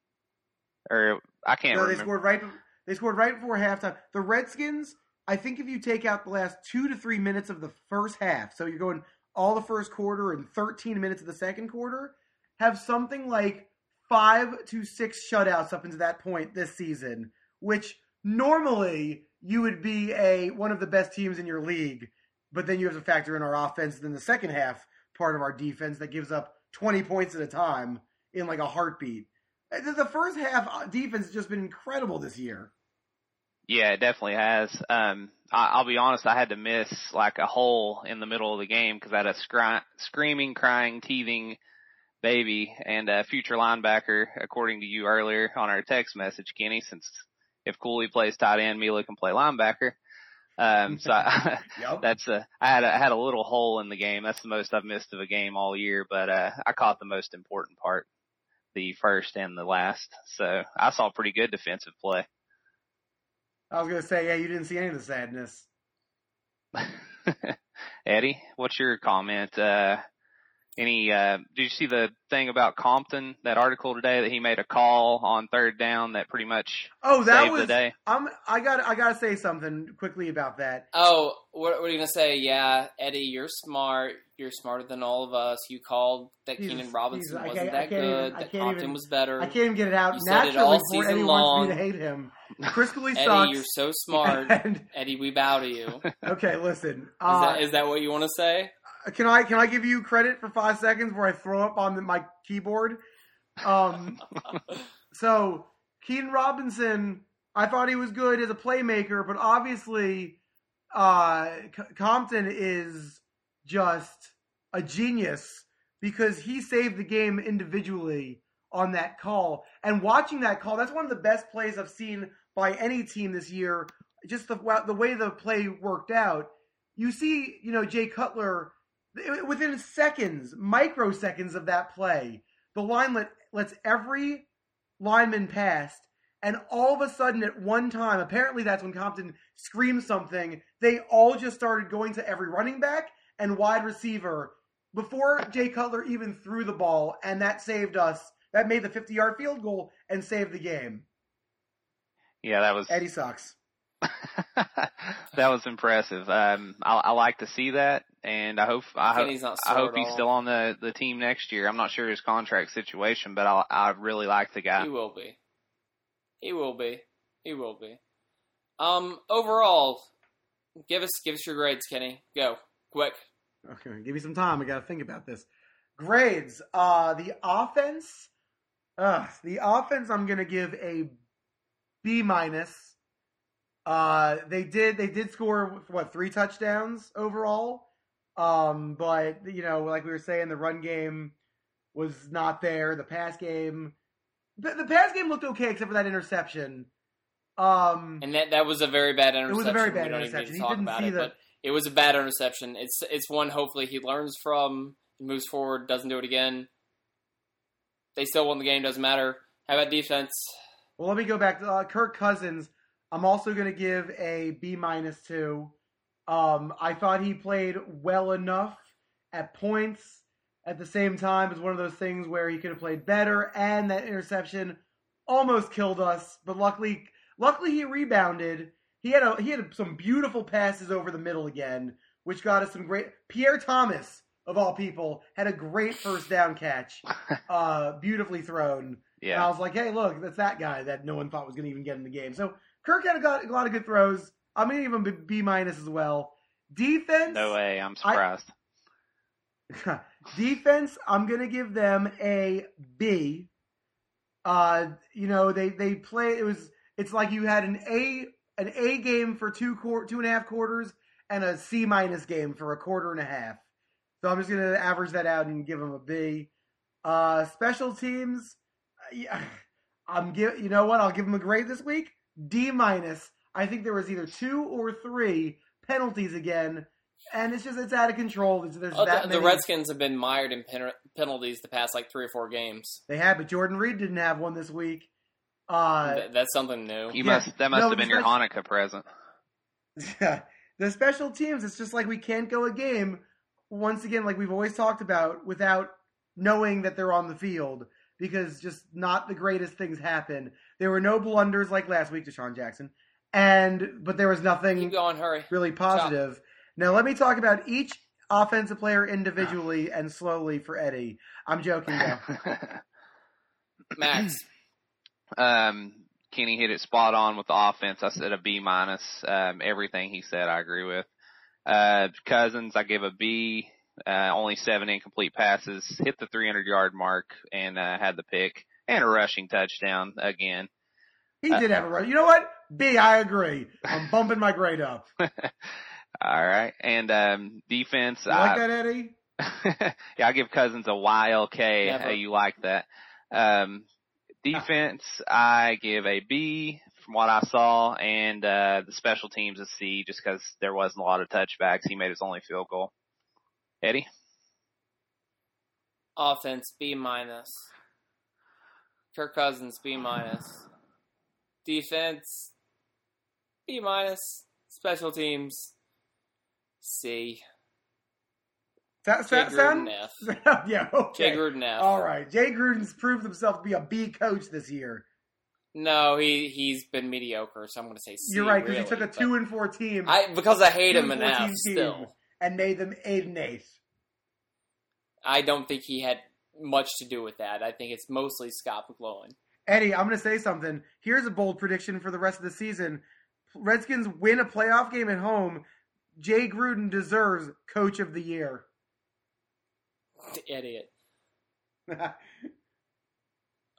C: or I can't
B: No, they
C: remember.
B: scored right. They scored right before halftime. The Redskins. I think if you take out the last two to three minutes of the first half, so you're going all the first quarter and 13 minutes of the second quarter, have something like five to six shutouts up until that point this season, which normally you would be a one of the best teams in your league, but then you have to factor in our offense and then the second half part of our defense that gives up 20 points at a time in like a heartbeat. Uh, The the first half uh, defense has just been incredible this year.
C: Yeah, it definitely has. Um, I, I'll be honest, I had to miss like a hole in the middle of the game because I had a scri- screaming, crying, teething baby and a future linebacker, according to you earlier on our text message, Kenny, since if Cooley plays tight end, Mila can play linebacker. Um, so I,
B: Yep.
C: that's a, I had a, I had a little hole in the game. That's the most I've missed of a game all year, but, uh, I caught the most important part, the first and the last. So I saw pretty good defensive play.
B: I was gonna say, yeah, you didn't see any of the sadness.
C: Eddie, what's your comment? Uh, any, uh, did you see the thing about Compton, that article today that he made a call on third down that pretty much
B: Oh, that
C: saved the
B: was.
C: day?
B: I'm. I got. I gotta say something quickly about that.
A: Oh, what, what are you gonna say? Yeah, Eddie, you're smart. You're smarter than all of us. You called that
B: Jesus,
A: Keenan Robinson
B: Jesus, I
A: wasn't
B: can't- I
A: that
B: can't even-
A: good.
B: I
A: that
B: can't
A: Compton
B: even-
A: was better.
B: I can't even get it out
A: You said it
B: naturally
A: all
B: for
A: season
B: anyone
A: long.
B: to hate him. Chris Cooley
A: Eddie,
B: sucks.
A: you're so smart.
B: And-
A: Eddie, we bow to you. Is,
B: okay, listen. Uh,
A: that, is that what you want to say?
B: can I can I give you credit for five seconds where I throw up on the, my keyboard? Um, so Keenan Robinson, I thought he was good as a playmaker, but obviously, uh, C- Compton is just a genius because he saved the game individually on that call. And watching that call, that's one of the best plays I've seen by any team this year. Just the wa- the way the play worked out. You see, you know, Jay Cutler th- within seconds, microseconds of that play, the line let, lets every lineman pass, and all of a sudden, at one time, apparently that's when Compton screamed something. They all just started going to every running back and wide receiver before Jay Cutler even threw the ball, and that saved us. That made the 50 yard field goal and saved the game.
C: Yeah, that was,
B: Eddie sucks.
C: that was impressive. Um, I, I like to see that and I hope, I hope,
A: Kenny's not
C: I
A: smart
C: hope
A: at
C: he's
A: all.
C: still on the, the team next year. I'm not sure his contract situation, but I, I really like the guy.
A: He will be. He will be. He will be. Um, overall, give us give us your grades, Kenny. Go quick.
B: Okay, give me some time. I got to think about this. Grades. Uh, the offense. Uh, the offense. I'm gonna give a B minus. Uh, they did they did score what three touchdowns overall. Um, but you know, like we were saying, the run game was not there. The pass game, the, the pass game looked okay except for that interception. Um,
A: And that that was a very bad interception.
B: was a very bad
A: we don't
B: interception. He
A: Even need to talk
B: didn't
A: about
B: see
A: it,
B: the-
A: but it was a bad interception. It's it's one. Hopefully, he learns from, moves forward, doesn't do it again. They still won the game. Doesn't matter. How about defense?
B: Well, let me go back to uh, Kirk Cousins. I'm also going to give a B minus two. Um, I thought he played well enough at points. At the same time, it's one of those things where he could have played better, and that interception almost killed us. But luckily, luckily he rebounded. He had a, he had some beautiful passes over the middle again, which got us some great. Pierre Thomas of all people had a great first down catch, uh, beautifully thrown. And I
C: Yeah.
B: was like, hey, look, that's that guy that no one thought was going to even get in the game. So Kirk had a, got, a lot of good throws. I'm going to give him a B minus as well. Defense,
C: No way. I'm
B: I-
C: surprised.
B: defense, I'm going to give them a B. Uh, you know, they they play. It was it's like you had an A an A game for two quar two and a half quarters and a C minus game for a quarter and a half. So I'm just going to average that out and give them a B. Uh, special teams, uh, yeah, I'm give you know what? I'll give them a grade this week. D minus. I think there was either two or three penalties again, and it's just it's out of control. There's, there's
A: Oh,
B: that
A: the, the
B: many-
A: Redskins have been mired in pen- penalties the past like three or four games.
B: They had, but Jordan Reed didn't have one this week. Uh,
A: Th- that's something new.
C: You
B: yeah.
C: must. That must
B: No,
C: have been your Hanukkah present.
B: the special teams, it's just like we can't go a game, once again, like we've always talked about, without knowing that they're on the field because just not the greatest things happen. There were no blunders like last week to Sean Jackson, and but there was
A: Keep
B: nothing
A: going. Hurry.
B: really positive. Now let me talk about each offensive player individually and slowly for Eddie. I'm joking. though.
A: Max.
C: um, Kenny hit it spot on with the offense. I said a B minus. Um, everything he said, I agree with. Uh, Cousins, I give a B. Uh, only seven incomplete passes, hit the 300 yard mark, and uh, had the pick and a rushing touchdown again.
B: He did have a run. You know what? B, I agree. I'm bumping my grade up.
C: All right, and um, defense,
B: You
C: I,
B: like that, Eddie?
C: yeah, I give Cousins a YLK.
A: Never.
C: How you like that? Um, defense, I give a B from what I saw, and uh, the special teams a C just because there wasn't a lot of touchbacks. He made his only field goal. Eddie,
A: Offense B minus. Kirk Cousins B minus. Defense B minus. Special teams C.
B: That,
A: Jay
B: that sound?
A: Gruden F.
B: yeah.
A: Jay
B: Okay.
A: Gruden F.
B: All right. Jay Gruden's proved himself to be a B coach this year.
A: No, he he's been mediocre, so I'm going to say C.
B: You're right because
A: really,
B: he took a
A: but
B: two and four team
A: I because I hate
B: two
A: him
B: and
A: an
B: fourteen
A: F.
B: team.
A: Still,
B: and made them eight and eight.
A: I don't think he had much to do with that. I think it's mostly Scott McLowen.
B: Eddie, I'm going to say something. Here's a bold prediction for the rest of the season: Redskins win a playoff game at home. Jay Gruden deserves Coach of the Year.
A: Idiot.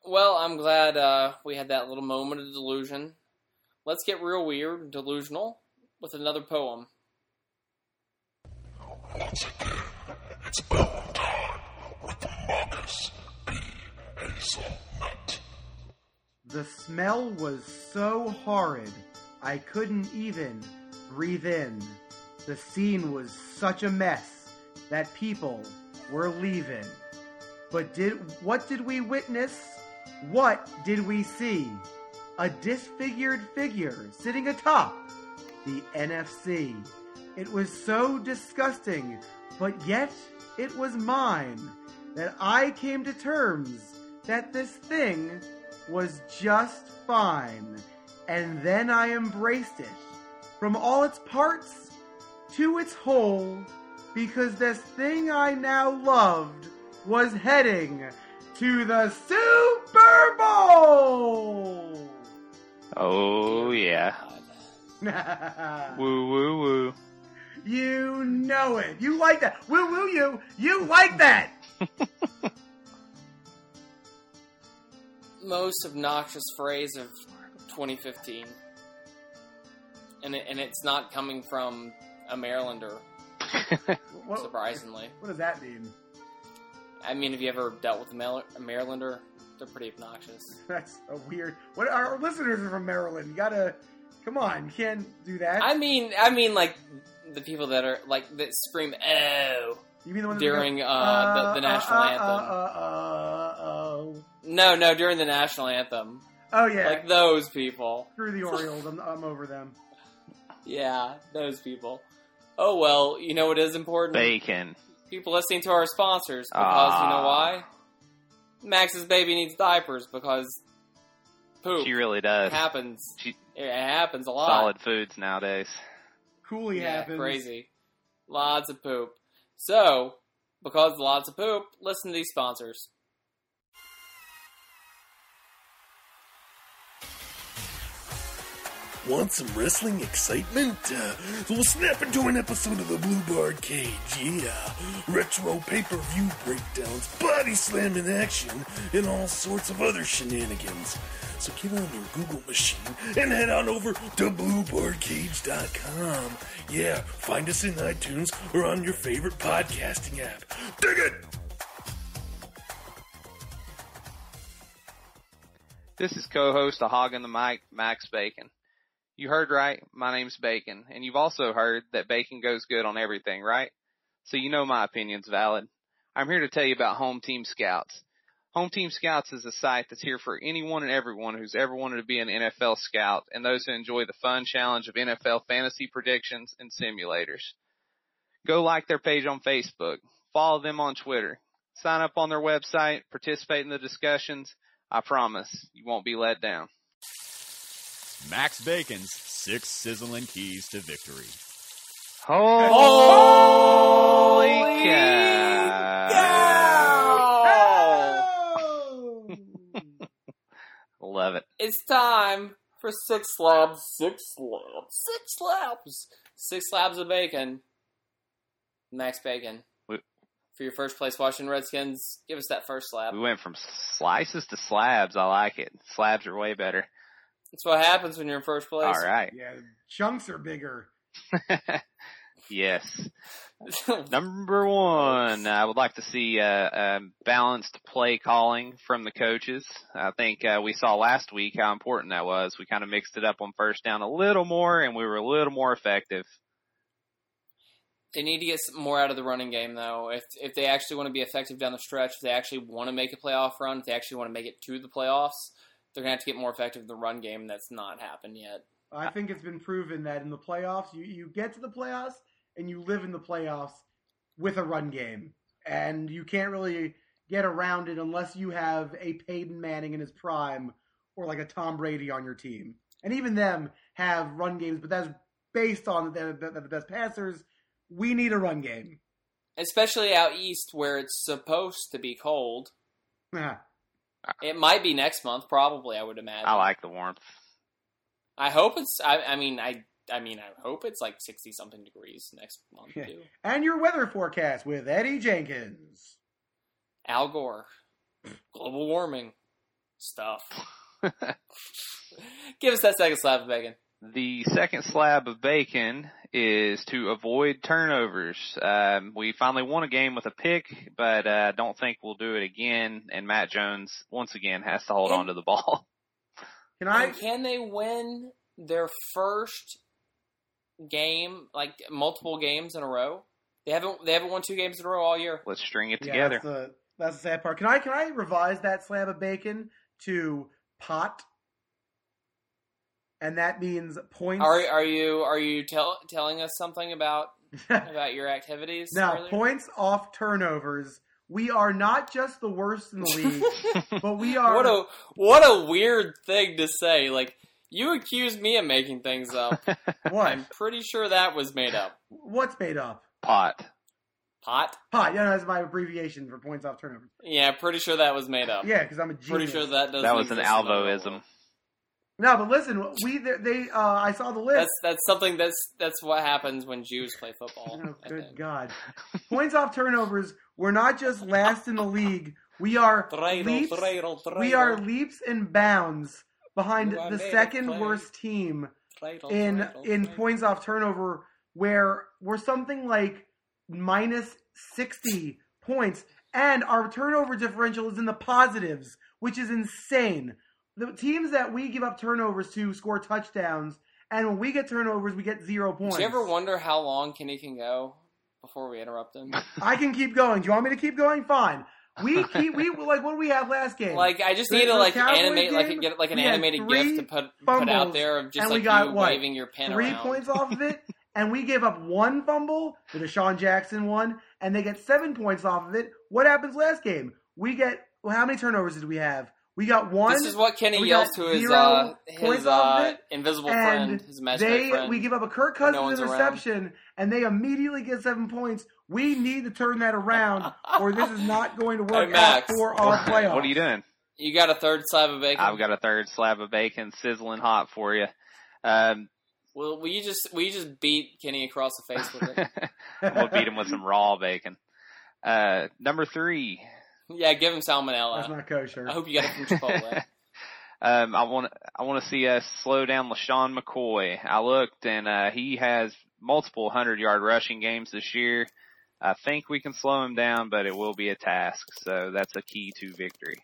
A: Well, I'm glad uh, we had that little moment of delusion. Let's get real weird and delusional with another poem.
D: Once again, it's bell time with the Marcus B. Hazelnut.
B: The smell was so horrid, I couldn't even breathe in. The scene was such a mess that people were leaving. But did what did we witness? What did we see? A disfigured figure sitting atop the NFC. It was so disgusting, but yet it was mine that I came to terms that this thing was just fine. And then I embraced it from all its parts to its whole because this thing I now loved was heading to the Super Bowl.
A: Dear Oh,
C: oh yeah,
A: God.
C: Woo woo woo.
B: you know it. You like that. Woo woo you. You like that.
A: most obnoxious phrase of 2015, and it, and it's not coming from a Marylander,
B: What,
A: surprisingly.
B: what does that mean?
A: I mean, have you ever dealt with a, Mar- a Marylander? They're pretty obnoxious.
B: That's a weird. What our listeners are from Maryland. You gotta come on. You can't do that.
A: I mean, I mean, like the people that are like that scream "oh"
B: you mean the ones that go,
A: during uh,
B: uh,
A: the, the national
B: uh, uh,
A: anthem.
B: Uh, uh, uh, oh.
A: No, no, during the national anthem,
B: oh yeah.
A: like those people.
B: Screw the Orioles. I'm, I'm over them.
A: Yeah, those people. Oh well, you know what is important?
C: Bacon.
A: people listening to our sponsors because you know
C: Ah.
A: why? Max's baby needs diapers because poop
C: She really does.
A: happens.
C: she-
A: it happens a lot.
C: Solid foods nowadays.
B: Coolly
A: yeah,
B: happens.
A: crazy. Lots of poop. So, because lots of poop, listen to these sponsors.
D: Want some wrestling excitement? Uh, we'll snap into an episode of the Blue Bar Cage, yeah. Retro pay per view breakdowns, body slamming action, and all sorts of other shenanigans. So get on your Google machine and head on over to BlueBarCage.com. Yeah, find us in iTunes or on your favorite podcasting app. Dig it!
C: This is co-host of Hog in the Mic, Max Bacon. You heard right, my name's Bacon, and you've also heard that bacon goes good on everything, right? So you know my opinion's valid. I'm here to tell you about Home Team Scouts. Home Team Scouts is a site that's here for anyone and everyone who's ever wanted to be an NFL scout and those who enjoy the fun challenge of NFL fantasy predictions and simulators. Go like their page on Facebook, follow them on Twitter, sign up on their website, participate in the discussions, I promise you won't be let down.
E: Max Bacon's six sizzling keys to victory.
A: Oh,
C: Holy
A: Holy
C: cow!
A: cow!
B: Oh!
C: Love it.
A: It's time for six slabs, six slabs, six slabs, six slabs of bacon. Max Bacon.
C: We-
A: For your first place Washington Redskins, give us that first slab.
C: We went from slices to slabs. I like it. Slabs are way better.
A: That's what happens when you're in first place.
C: All right.
B: yeah, chunks are bigger.
C: yes. Number one, I would like to see uh, um, balanced play calling from the coaches. I think uh, we saw last week how important that was. We kind of mixed it up on first down a little more, and we were a little more effective.
A: they need to get some more out of the running game, though. If if they actually want to be effective down the stretch, if they actually want to make a playoff run, if they actually want to make it to the playoffs, they're gonna have to get more effective in the run game. That's not happened yet.
B: I think it's been proven that in the playoffs, you, you get to the playoffs and you live in the playoffs with a run game. And you can't really get around it unless you have a Peyton Manning in his prime or like a Tom Brady on your team. And even them have run games, but that's based on they're the, they're the best passers. We need a run game.
A: Especially out east where it's supposed to be cold.
B: I
A: It might be next month, probably. I would imagine.
C: I like the warmth.
A: I hope it's. I, I mean, I. I mean, I hope it's like sixty something degrees next month
B: Yeah.
A: too.
B: And your weather forecast with Eddie Jenkins.
A: Al Gore, global warming stuff. Give us that second slab, Megan.
C: The second slab of bacon is to avoid turnovers. Um, we finally won a game with a pick, but uh, don't think we'll do it again. And Matt Jones once again has to hold on to the ball.
B: Can I?
A: And can they win their first game, like multiple games in a row? They haven't. They haven't won two games in a row all year.
C: Let's string it
B: Yeah,
C: together.
B: that's the that's the sad part. Can I can I revise that slab of bacon to pot? And that means points.
A: Are are you are you tell, telling us something about about your activities?
B: now
A: earlier?
B: points off turnovers. We are not just the worst in the league, but we are.
A: What a what a weird thing to say. Like you accused me of making things up.
B: what?
A: I'm pretty sure that was made up.
B: What's made up?
C: Pot.
A: Pot?
B: Pot. Yeah, no, that's my abbreviation for points off turnovers.
A: Yeah, pretty sure that was made up.
B: Yeah, because I'm a genius.
A: pretty sure that doesn't.
C: That was an
A: exist in the real
C: alvoism.
A: world.
B: No, but listen, we they, they uh, I saw the list.
A: That's that's something that's that's what happens when Jews play football.
B: Oh,
A: I
B: good
A: think.
B: God. Points off turnovers. We're not just last in the league. We are
A: Traitor,
B: leaps,
A: traitor, traitor,
B: we are leaps and bounds behind
A: You are
B: the
A: made of
B: second
A: clay.
B: worst team
A: traitor,
B: in
A: traitor,
B: in
A: traitor.
B: points off turnover where we're something like minus 60 points and our turnover differential is in the positives which is insane the teams that we give up turnovers to score touchdowns and when we get turnovers we get zero points
A: Do you ever wonder how long Kenny can go before we interrupt him?
B: i can keep going do you want me to keep going fine we keep we like what do we have last game
A: Like I just
B: The-
A: need to
B: the
A: like
B: Cowboy
A: animate like
B: game,
A: a- get like an
B: we had
A: animated
B: three
A: gift to put put
B: fumbles,
A: out there of just
B: and we
A: like
B: got,
A: you
B: what,
A: waving your pen
B: three
A: around.
B: points off of it, and we give up one fumble, the Deshaun Jackson one, and they get seven points off of it. What happens last game? We get well, how many turnovers did we have? We got one.
A: This is what Kenny
B: we
A: yells
B: got
A: to his
B: zero
A: uh,
B: points
A: his
B: off of
A: uh,
B: it,
A: invisible
B: and
A: friend, his imaginary
B: they
A: friend.
B: we give up a Kirk
A: when
B: Cousins
A: no one's around.
B: interception, and they immediately get seven points. We need to turn that around, or this is not going to work
A: Hey, Max.
B: out for our Oh, playoffs.
C: what are you doing?
A: you got a third slab of bacon.
C: I've got a third slab of bacon sizzling hot for you. Um,
A: Well, will you just will you just beat Kenny across the face with it?
C: we'll beat him with some raw bacon. Uh, number three.
A: yeah, give him
B: That's
A: salmonella.
B: not kosher.
A: I hope you got it from Chipotle.
C: Um, I want I want to see us slow down LaShawn McCoy. I looked and uh, he has multiple hundred yard rushing games this year. I think we can slow him down, but it will be a task. So that's a key to victory.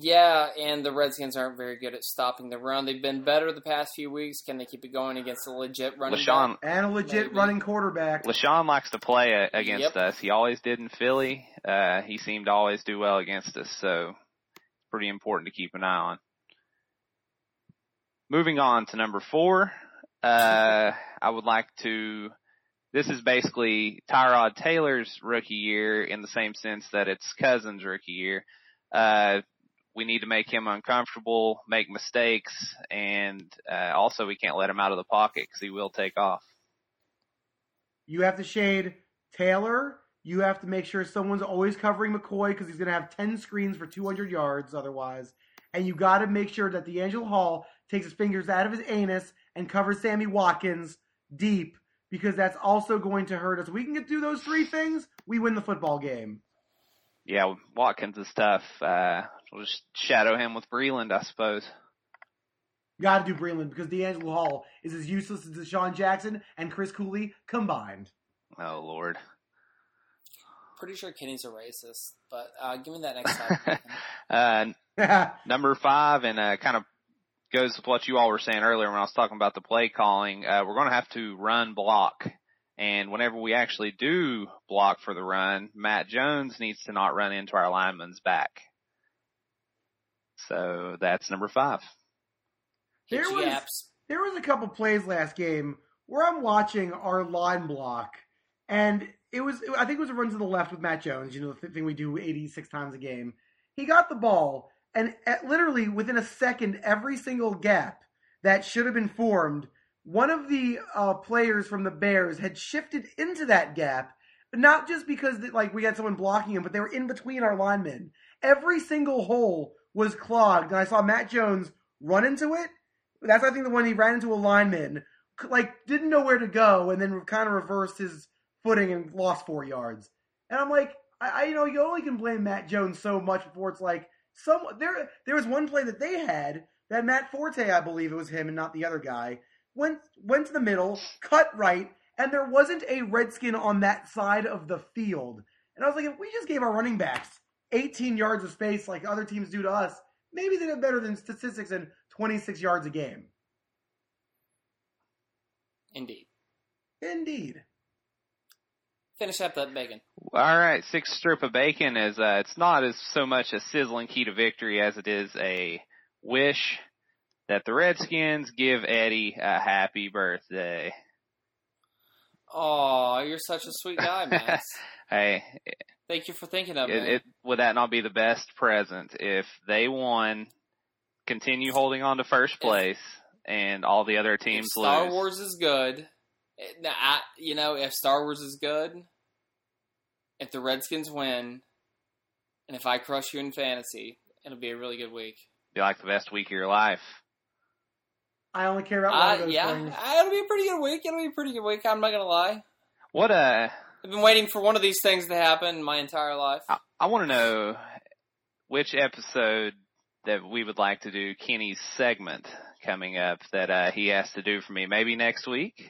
A: yeah, and the Redskins aren't very good at stopping the run. They've been better the past few weeks. Can they keep it going against a legit running
C: LaShawn
A: back?
B: and a legit
A: Maybe.
B: running quarterback.
C: LaShawn likes to play a- against
A: Yep.
C: us. He always did in Philly. Uh, he seemed to always do well against us, so pretty important to keep an eye on. Moving on to number four, uh, I would like to. This is basically Tyrod Taylor's rookie year in the same sense that it's Cousins' rookie year. Uh, we need to make him uncomfortable, make mistakes, and uh, also we can't let him out of the pocket because he will take off.
B: You have to shade Taylor. You have to make sure someone's always covering McCoy because he's going to have 10 screens for 200 yards otherwise. And you got to make sure that D'Angelo Hall takes his fingers out of his anus and covers Sammy Watkins deep because that's also going to hurt us. We can get through those three things, we win the football game.
C: Yeah, Watkins is tough. Uh, we'll just shadow him with Breland, I suppose.
B: Got to do Breland because D'Angelo Hall is as useless as Deshaun Jackson and Chris Cooley combined.
C: Oh Lord.
A: Pretty sure Kenny's a racist, but uh, give me that next slab of bacon.
C: uh,
B: That's
C: number five, and uh, kind of goes with what you all were saying earlier when I was talking about the play calling. Uh, we're going to have to run block, and whenever we actually do block for the run, Matt Jones needs to not run into our lineman's back. So that's number five.
A: Hit
B: There
A: your
B: was-
A: yaps.
B: there was a couple plays last game where I'm watching our line block, and it was I think it was a run to the left with Matt Jones. You know the th- thing we do 86 times a game. He got the ball, and at, literally within a second, every single gap that should have been formed, one of the uh, players from the Bears had shifted into that gap. Not just because that, like we had someone blocking him, but they were in between our linemen. Every single hole was clogged, and I saw Matt Jones run into it that's I think the one he ran into a lineman, c- like didn't know where to go, and then kind of reversed his footing and lost four yards. And I'm like, I, I you know you only can blame Matt Jones so much before it's like some there. There was one play that they had that Matt Forte, I believe it was him and not the other guy, went went to the middle, cut right, and there wasn't a redskin on that side of the field. And I was like, if we just gave our running backs 18 yards of space like other teams do to us, maybe they did better than statistics and 26 yards a game.
A: Indeed.
B: Indeed.
A: Finish up that bacon.
C: All right, six strip of bacon is uh, it's not as so much a sizzling key to victory as it is a wish that the Redskins give Eddie a happy birthday.
A: Oh, you're such a sweet guy, Max.
C: Hey,
A: Thank you for thinking of
C: it,
A: me.
C: it, would that not be the best present if they won, continue holding on to first place, and all the other
A: If
C: teams
A: Star
C: lose?
A: Wars is good. eh, nah, I, you know, if Star Wars is good, if the Redskins win, and if I crush you in fantasy, it'll be a really good week.
C: Be like the best week of your life.
B: I only care about one of
A: Uh,
B: those
A: yeah,
B: things.
A: it'll be a pretty good week. It'll be a pretty good week. I'm not gonna lie.
C: What uh
A: I've been waiting for one of these things to happen my entire life.
C: I, I want to know which episode that we would like to do Kenny's segment coming up that uh, he has to do for me. Maybe next week.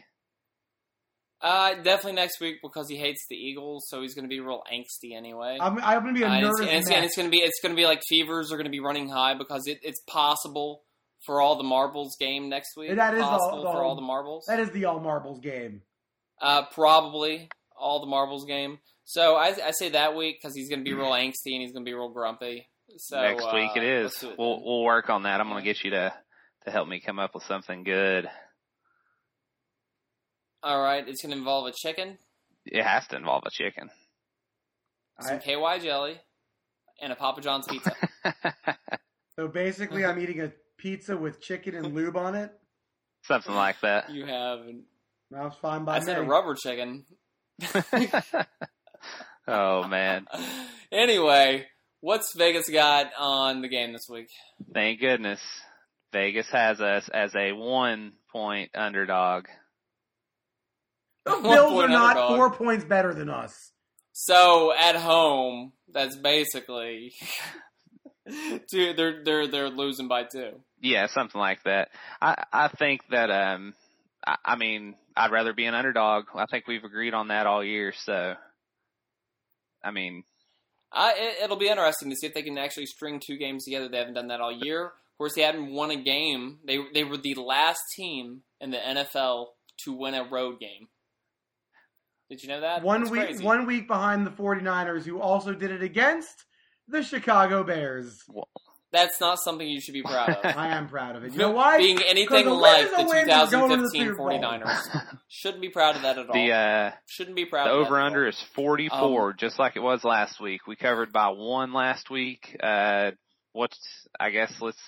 A: Uh, definitely next week because he hates the Eagles, so he's gonna be real angsty anyway.
B: I'm, I'm going to be a
A: Uh, and, it's,
B: nervous
A: and, it's, and it's gonna be it's gonna be like fevers are gonna be running high because it, it's possible for all the marbles game next week.
B: That is all-
A: possible for
B: all-
A: all the marbles.
B: That is the all marbles game.
A: Uh, probably all the marbles game. So I, I say that week because he's gonna be real angsty and he's gonna be real grumpy. So
C: next week
A: uh,
C: it
A: let's
C: is.
A: do it
C: We'll
A: then.
C: we'll work on that. I'm gonna get you to to help me come up with something good.
A: All right, it's gonna involve a chicken,
C: It has to involve a chicken.
A: some
B: I-
A: KY jelly, and a Papa John's pizza.
B: So basically, I'm eating a pizza with chicken and lube on it.
C: something like that.
A: you have.
B: That's fine by
A: I
B: me.
A: said a rubber chicken.
C: oh man.
A: anyway, what's Vegas got on the game this week?
C: Thank goodness. Vegas has us as a one point underdog.
B: The
A: One
B: Bills are
A: point
B: not
A: underdog.
B: four points better than us.
A: So at home, that's basically two. They're they're they're losing by two.
C: Yeah, something like that. I I think that um I, I mean I'd rather be an underdog. I think we've agreed on that all year. So I mean
A: I, it, it'll be interesting to see if they can actually string two games together. They haven't done that all year. Of course, they hadn't won a game. They they were the last team in the NFL to win a road game. Did you know that?
B: One
A: That's
B: week,
A: crazy.
B: one week behind the 49ers, who also did it against the Chicago Bears.
A: That's not something you should be proud of.
B: I am proud of it. You know why?
A: Being anything
B: a win
A: like
B: is
A: the
B: a win. You're going to the
A: 2015
B: Super Bowl.
A: 49ers. Shouldn't be proud of that at all.
C: the uh
A: Shouldn't be proud
C: the
A: of that Um,
C: over
A: at
C: under
A: all.
C: is forty four, just like it was last week. We covered by one last week. Uh what's I guess let's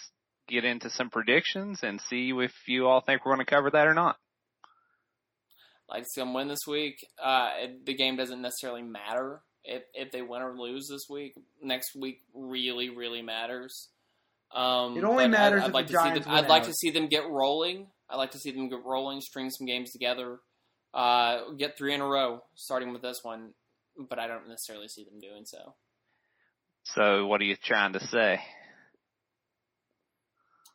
C: get into some predictions and see if you all think we're gonna cover that or not.
A: Like, see them win this week. Uh, it, the game doesn't necessarily matter if, if they win or lose this week. Next week really, really matters. Um,
B: It only
A: but
B: matters if the
A: to see
B: Giants
A: them,
B: win
A: I'd like
B: out.
A: to see them get rolling. I'd like to see them get rolling, string some games together, uh, get three in a row, starting with this one. But I don't necessarily see them doing so.
C: So what are you trying to say?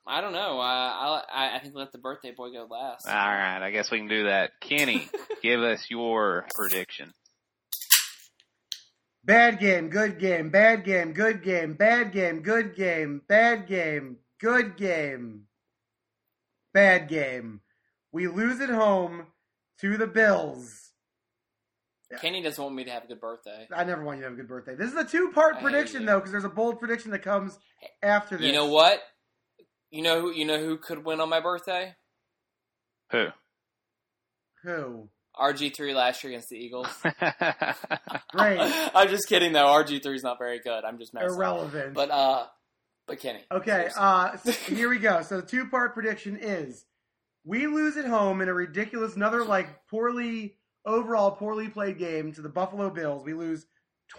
A: I don't know. Uh, I'll, I I think let the birthday boy go last.
C: All right, I guess we can do that. Kenny, give us your prediction.
B: Bad game, good game, bad game, good game, bad game, good game, bad game, good game, bad game. We lose at home to the Bills.
A: Kenny doesn't want me to have a good birthday.
B: I never want you to have a good birthday. This is a two part
A: I
B: prediction
A: hate
B: though, because there's a bold prediction that comes after this.
A: You know what? You know who? You know who could win on my birthday?
C: Who?
B: Who?
A: RG three last year against the Eagles.
B: Great.
A: I'm just kidding though. RG three is not very good. I'm just messing.
B: Irrelevant.
A: But uh, but Kenny.
B: Okay, uh, so here we go. So the two part prediction is we lose at home in a ridiculous, another like poorly, overall poorly played game to the Buffalo Bills. We lose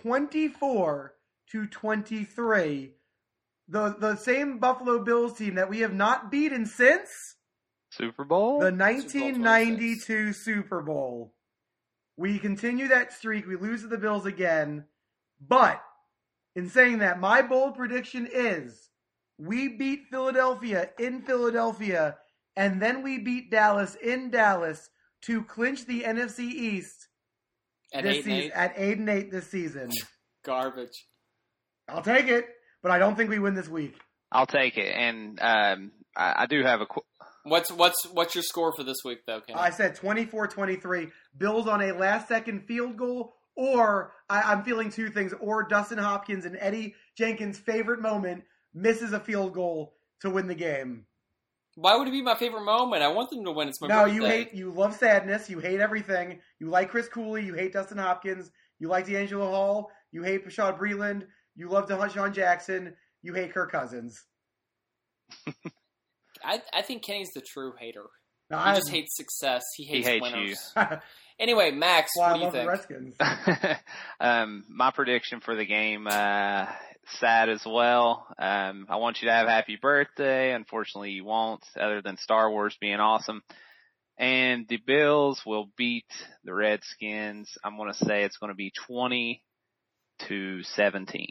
B: 24 to 23. The, the same Buffalo Bills team that we have not beaten since
C: Super Bowl?
B: the 1992 Super Bowl. We continue that streak. We lose to the Bills again. But in saying that, my bold prediction is we beat Philadelphia in Philadelphia, and then we beat Dallas in Dallas to clinch the NFC East
A: At
B: this
A: eight and
B: season
A: eight,
B: at eight and eight this season.
A: garbage.
B: I'll take it, but I don't think we win this week.
C: I'll take it. And um, I, I do have a qu-
A: What's what's what's your score for this week though, Kenny?
B: I said 24 23. Bills on a last second field goal, or I, I'm feeling two things, or Dustin Hopkins and Eddie Jenkins' favorite moment misses a field goal to win the game.
A: Why would it be my favorite moment? I want them to win. It's my
B: no,
A: birthday.
B: you hate, you love sadness, you hate everything. You like Chris Cooley, you hate Dustin Hopkins, you like D'Angelo Hall, you hate Pashad Breland, you love Deshaun Jackson, you hate Kirk Cousins.
A: I I think Kenny's the true hater.
B: Now,
A: He
B: I'm-
A: just hates success. He hates,
C: hates you.
A: winners. Anyway, Max,
B: why I
A: what do you
B: love the
A: think?
B: Redskins.
C: um, my prediction for the game uh, sad as well. Um, I want you to have a happy birthday. Unfortunately, you won't, other than Star Wars being awesome. And the Bills will beat the Redskins. I'm going to say it's going to be 20 to 17.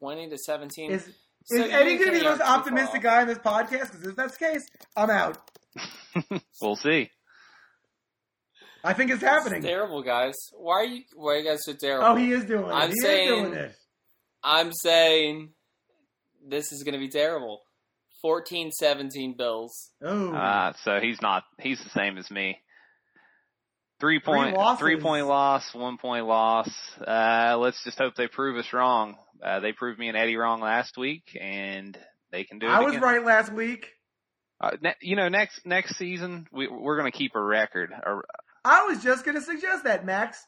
A: 20 to 17.
B: Is
A: So
B: is
A: you
B: Eddie
A: didn't
B: going to be
A: get
B: the most
A: out too
B: optimistic
A: far.
B: guy in this podcast? Because if that's the case, I'm out.
C: We'll see.
B: I think it's
A: It's
B: happening.
A: terrible, guys. Why are you? Why are you guys so terrible?
B: Oh, he is doing it.
A: I'm
B: he is
A: saying-
B: doing it.
A: I'm saying this is going to be terrible. 14-17 Bills.
B: Oh,
C: Uh, so he's not, he's the same as me. Three point,
B: losses.
C: three point loss, one point loss. Uh, let's just hope they prove us wrong. Uh, they proved me and Eddie wrong last week and they can do it
B: I was
C: again.
B: right last week.
C: Uh, ne- you know, next, next season, we, we're going to keep a record. A-
B: I was just going to suggest that, Max.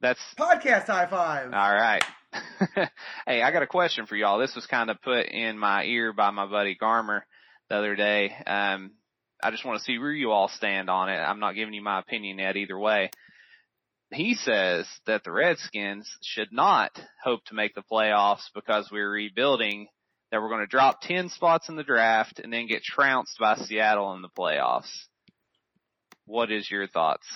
C: That's
B: Podcast high five.
C: all right. hey, I got a question for y'all. This was kind of put in my ear by my buddy Garmer the other day. Um, I just want to see where you all stand on it. I'm not giving you my opinion yet either way. He says that the Redskins should not hope to make the playoffs because we're rebuilding, that we're going to drop 10 spots in the draft and then get trounced by Seattle in the playoffs. What is your thoughts?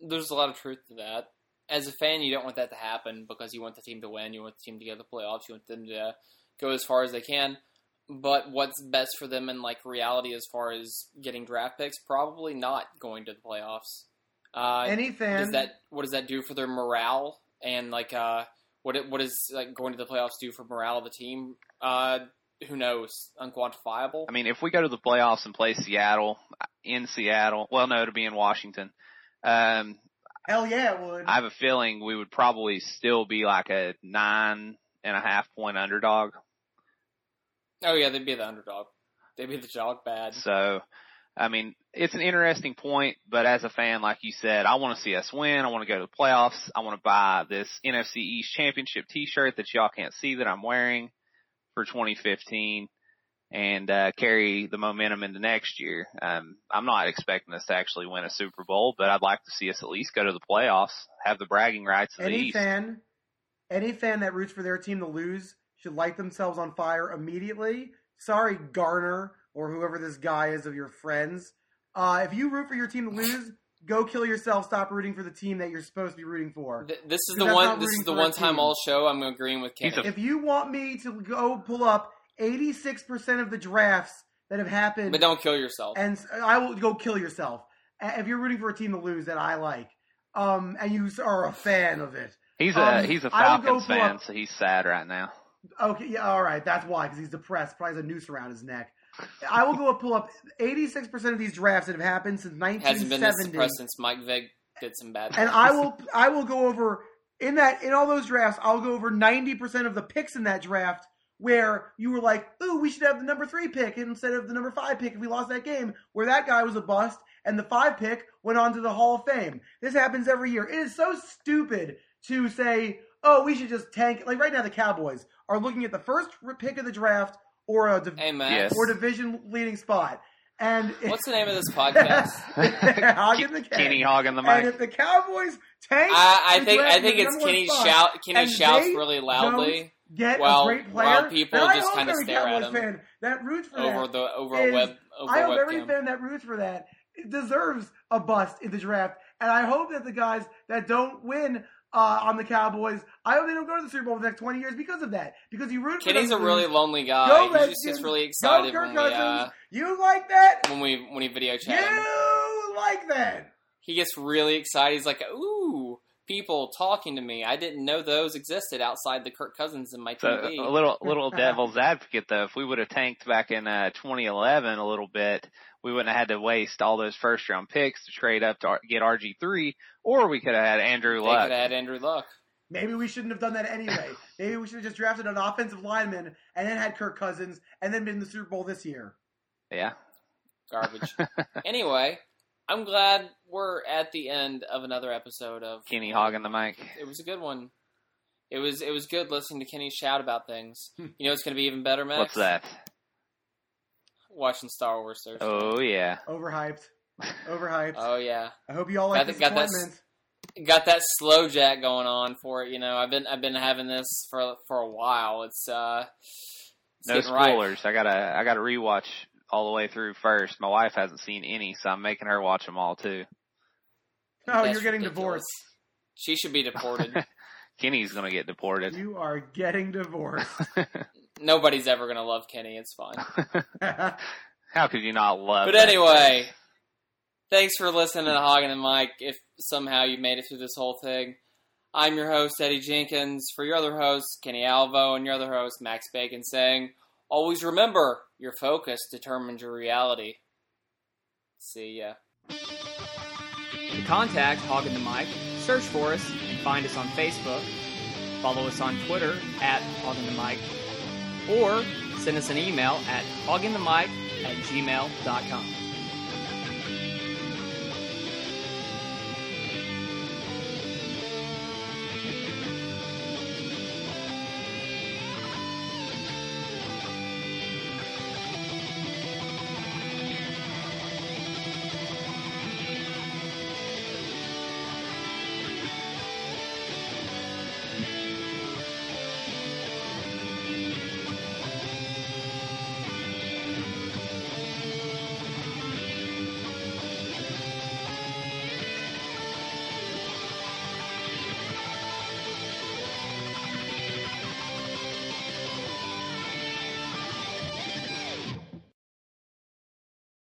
A: There's a lot of truth to that. As a fan, you don't want that to happen because you want the team to win. You want the team to get the playoffs. You want them to go as far as they can. But what's best for them in like reality, as far as getting draft picks, probably not going to the playoffs. Uh,
B: Any fan
A: does that what does that do for their morale and like uh what it, what is like going to the playoffs do for morale of the team? Uh, who knows? Unquantifiable.
C: I mean, if we go to the playoffs and play Seattle uh, in Seattle, well, no, it'll be in Washington. Um,
B: Hell yeah, it would.
C: I have a feeling we would probably still be like a nine and a half point underdog.
A: oh yeah, they'd be the underdog. They'd be the dog bad.
C: So, I mean, it's an interesting point, but as a fan, like you said, I want to see us win. I want to go to the playoffs. I want to buy this NFC East Championship t-shirt that y'all can't see that I'm wearing for 2015 and, uh, carry the momentum into next year. Um, I'm not expecting us to actually win a Super Bowl, but I'd like to see us at least go to the playoffs, have the bragging rights of the
B: any
C: East.
B: fan, any fan that roots for their team to lose should light themselves on fire immediately. Sorry, Garner or whoever this guy is of your friends. Uh, if you root for your team to lose, go kill yourself. Stop rooting for the team that you're supposed to be rooting for.
A: Th- this is
B: Because
A: the
B: that's
A: one.
B: not
A: This
B: rooting
A: is the
B: for a
A: one time
B: team.
A: all show. I'm agreeing with
C: He's
A: Kenny.
B: If you want me to go pull up 86% of the drafts that have happened
A: but don't kill yourself.
B: and s- I will go kill yourself Uh, if you're rooting for a team to lose that I like, um, and you s- are a fan of it.
C: He's a,
B: um,
C: he's a
B: I will go
C: Falcons
B: for a-
C: fan, so he's sad right now.
B: Okay, yeah, all right, that's why because he's depressed, probably has a noose around his neck. I will go and pull up 86 percent of these drafts that have happened since
A: Hasn't been this
B: 1970,
A: depressed since Mike Vig did some bad.
B: and
A: things.
B: I will I will go over in that in all those drafts. I'll go over 90 percent of the picks in that draft where you were like, "Ooh, we should have the number three pick instead of the number five pick if we lost that game." Where that guy was a bust, and the five pick went on to the Hall of Fame. This happens every year. It is so stupid to say, "Oh, we should just tank." Like right now, the Cowboys are looking at the first pick of the draft or a div-
A: Hey man,
C: Yes.
B: or division leading spot. And
A: what's the name of this podcast?
B: Hog in the can.
C: Kenny hogging the
B: And
C: mic.
B: if the Cowboys tank,
A: I, I
B: the
A: think
B: draft
A: I think
B: is
A: it's
B: number one
A: Kenny
B: spot,
A: shout. Kenny
B: and
A: shouts
B: they
A: really loudly
B: Get
A: while-
B: a great player.
A: while people
B: and I
A: just
B: hope
A: kinda
B: every
A: stare at
B: Cowboys
A: him
B: fan that roots for
A: over
B: that.
A: the over a
B: is-
A: web over
B: I
A: a
B: hope every
A: webcam.
B: fan that roots for that deserves a bust in the draft. And I hope that the guys that don't win uh, on the Cowboys, I hope they don't go to the Super Bowl for the next twenty years because of that. Because you root for
A: Kenny's
B: them
A: a
B: to
A: really
B: lose.
A: lonely guy.
B: Go
A: he just gets
B: Redskins.
A: really
B: Go
A: excited
B: Kirk
A: when we,
B: Cousins.
A: uh,
B: you like that?
A: when we when we video
B: You
A: chat him.
B: like that?
A: He gets really excited. He's like, "Ooh, people talking to me. I didn't know those existed outside the Kirk Cousins in my
C: So uh,
A: TV."
C: a little little devil's advocate though, if we would have tanked back in uh, 2011 a little bit, we wouldn't have had to waste all those first round picks to trade up to R- get RG3, or we could have had Andrew
A: they
C: Luck.
A: could add Andrew Luck.
B: Maybe we shouldn't have done that anyway. Maybe we should have just drafted an offensive lineman and then had Kirk Cousins and then been in the Super Bowl this year.
C: Yeah,
A: Garbage. anyway, I'm glad we're at the end of another episode of
C: Kenny hogging the mic.
A: It was a good one. It was it was good listening to Kenny shout about things. You know it's going to be even better, Max.
C: Hmm. What's that?
A: Watching Star Wars Thursday.
C: Oh yeah.
B: Overhyped. Overhyped.
A: Oh yeah.
B: I hope you all like
A: Got- got that s-
B: disappointment.
A: got that slow jack going on for it. You know, I've been I've been having this for for a while. It's uh, it's
C: No
A: getting ripe.
C: spoilers. I gotta I gotta rewatch all the way through first. My wife hasn't seen any, so I'm making her watch them all too.
B: No,
A: That's
B: Oh, you're getting
A: ridiculous.
B: divorced.
A: She should be deported.
C: Kenny's gonna get deported.
B: You are getting divorced.
A: Nobody's ever gonna love Kenny. It's fine.
C: How could you not love?
A: But
C: that
A: anyway, thanks for listening to Hagen and Mike. If somehow you made it through this whole thing, I'm your host Eddie Jenkins. For your other host Kenny Alvo and your other host Max Bacon, saying always remember your focus determines your reality. See ya. To contact Hogging the Mic, search for us and find us on Facebook. Follow us on Twitter at Hogging the Mic, or send us an email at hoggingthemic at gmail.com.